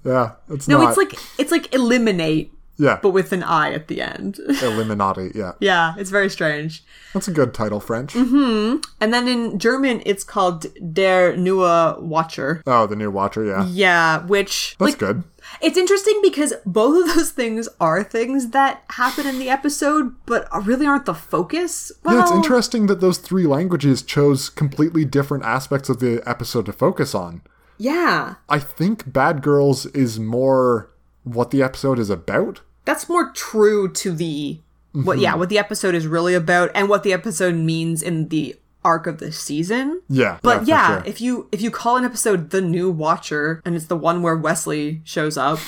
Speaker 2: Yeah, it's
Speaker 1: No,
Speaker 2: not.
Speaker 1: it's like it's like eliminate,
Speaker 2: yeah,
Speaker 1: but with an I at the end. *laughs*
Speaker 2: Illuminati. Yeah,
Speaker 1: yeah, Mm-hmm. it's very strange.
Speaker 2: that's a good title, French.
Speaker 1: And then in German, it's called Der Neue Watcher.
Speaker 2: Oh, the new Watcher. Yeah,
Speaker 1: Yeah, which
Speaker 2: that's
Speaker 1: like
Speaker 2: good.
Speaker 1: it's interesting because both of those things are things that happen in the episode, but really aren't the focus. Well,
Speaker 2: yeah, it's interesting that those three languages chose completely different aspects of the episode to focus on.
Speaker 1: Yeah,
Speaker 2: I think Bad Girls is more what the episode is about.
Speaker 1: that's more true to the what.
Speaker 2: Mm-hmm.
Speaker 1: Yeah, what the episode is really about, and what the episode means in the arc of the season.
Speaker 2: Yeah,
Speaker 1: But
Speaker 2: yeah,
Speaker 1: yeah,
Speaker 2: for sure.
Speaker 1: if you if you call an episode the new Watcher and it's the one where Wesley shows up,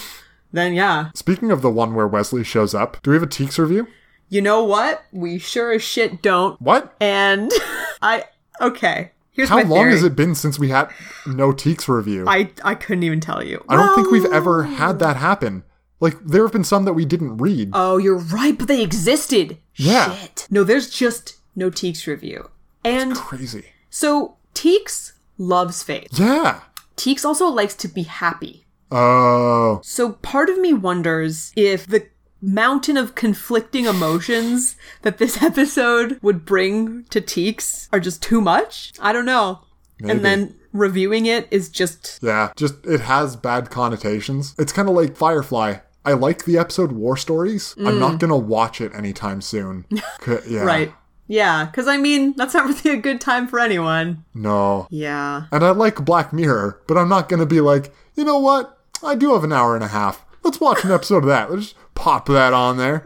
Speaker 1: then yeah,
Speaker 2: Speaking of the one where Wesley shows up, do we have a Teeks review?
Speaker 1: you know what? We sure as shit don't.
Speaker 2: What?
Speaker 1: And *laughs* I okay. Here's
Speaker 2: How
Speaker 1: my
Speaker 2: long
Speaker 1: theory.
Speaker 2: has it been since we had no Teeks review?
Speaker 1: I I couldn't even tell you.
Speaker 2: I don't think we've ever had that happen. Like there have been some that we didn't read.
Speaker 1: Oh, you're right, but they existed.
Speaker 2: Yeah.
Speaker 1: Shit. No, there's just no Teeks review. And
Speaker 2: Crazy.
Speaker 1: so Teeks loves faith.
Speaker 2: Yeah.
Speaker 1: Teeks also likes to be happy.
Speaker 2: Oh.
Speaker 1: So part of me wonders if the mountain of conflicting emotions that this *laughs* episode would bring to Teeks are just too much. I don't know.
Speaker 2: Maybe.
Speaker 1: And then reviewing it is just
Speaker 2: Yeah. Just it has bad connotations. It's kind of like Firefly. I like the episode War Stories. I'm not gonna watch it
Speaker 1: *laughs*
Speaker 2: anytime soon. C- yeah.
Speaker 1: Mm. right. Yeah, because I mean, that's not really a good time for anyone.
Speaker 2: No.
Speaker 1: Yeah.
Speaker 2: And I like Black Mirror, but I'm not gonna be like, you know what? I do have an hour and a half. Let's watch an episode of that. Let's just pop that
Speaker 1: *laughs*
Speaker 2: on there.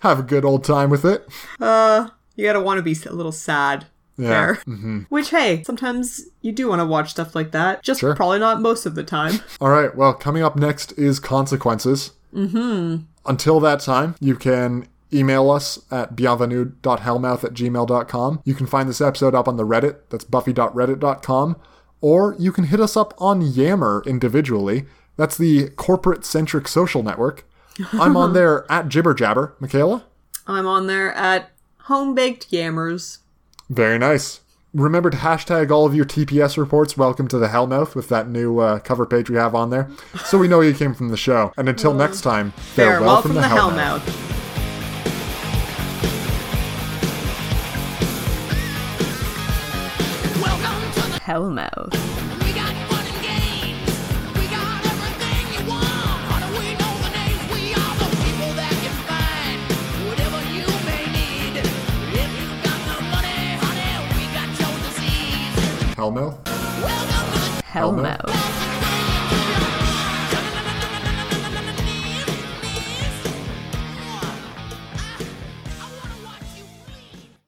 Speaker 2: Have a good old time with it.
Speaker 1: You gotta want to be a little sad.
Speaker 2: Yeah.
Speaker 1: There. *laughs* Which, hey, sometimes you do want to watch stuff like that, just
Speaker 2: Sure.
Speaker 1: probably not most of the time. *laughs*
Speaker 2: All right. Well, coming up next is consequences. Mm-hmm. Until that time, you can email us at bienvenue.hellmouth at gmail.com. You can find this episode up on the Reddit. That's buffy.reddit.com. Or you can hit us up on Yammer individually. That's the corporate centric social network. I'm on there at Jibber Jabber. Michaela?
Speaker 1: I'm on there at Home Baked Yammers.
Speaker 2: Very nice. remember to hashtag all of your TPS reports welcome to the Hellmouth with that new uh, cover page we have on there so we know you came from the show. And until next time,
Speaker 1: Farewell
Speaker 2: farewell,
Speaker 1: from the Hellmouth.
Speaker 12: Welcome to the
Speaker 1: Hellmouth.
Speaker 12: We got fun and games. We got everything you want. How do we know the names? We are the people that can find whatever you may need. If you got the money, honey, we got your disease.
Speaker 2: Hellmouth?
Speaker 12: Welcome to the
Speaker 2: Hellmouth.
Speaker 12: Hellmouth.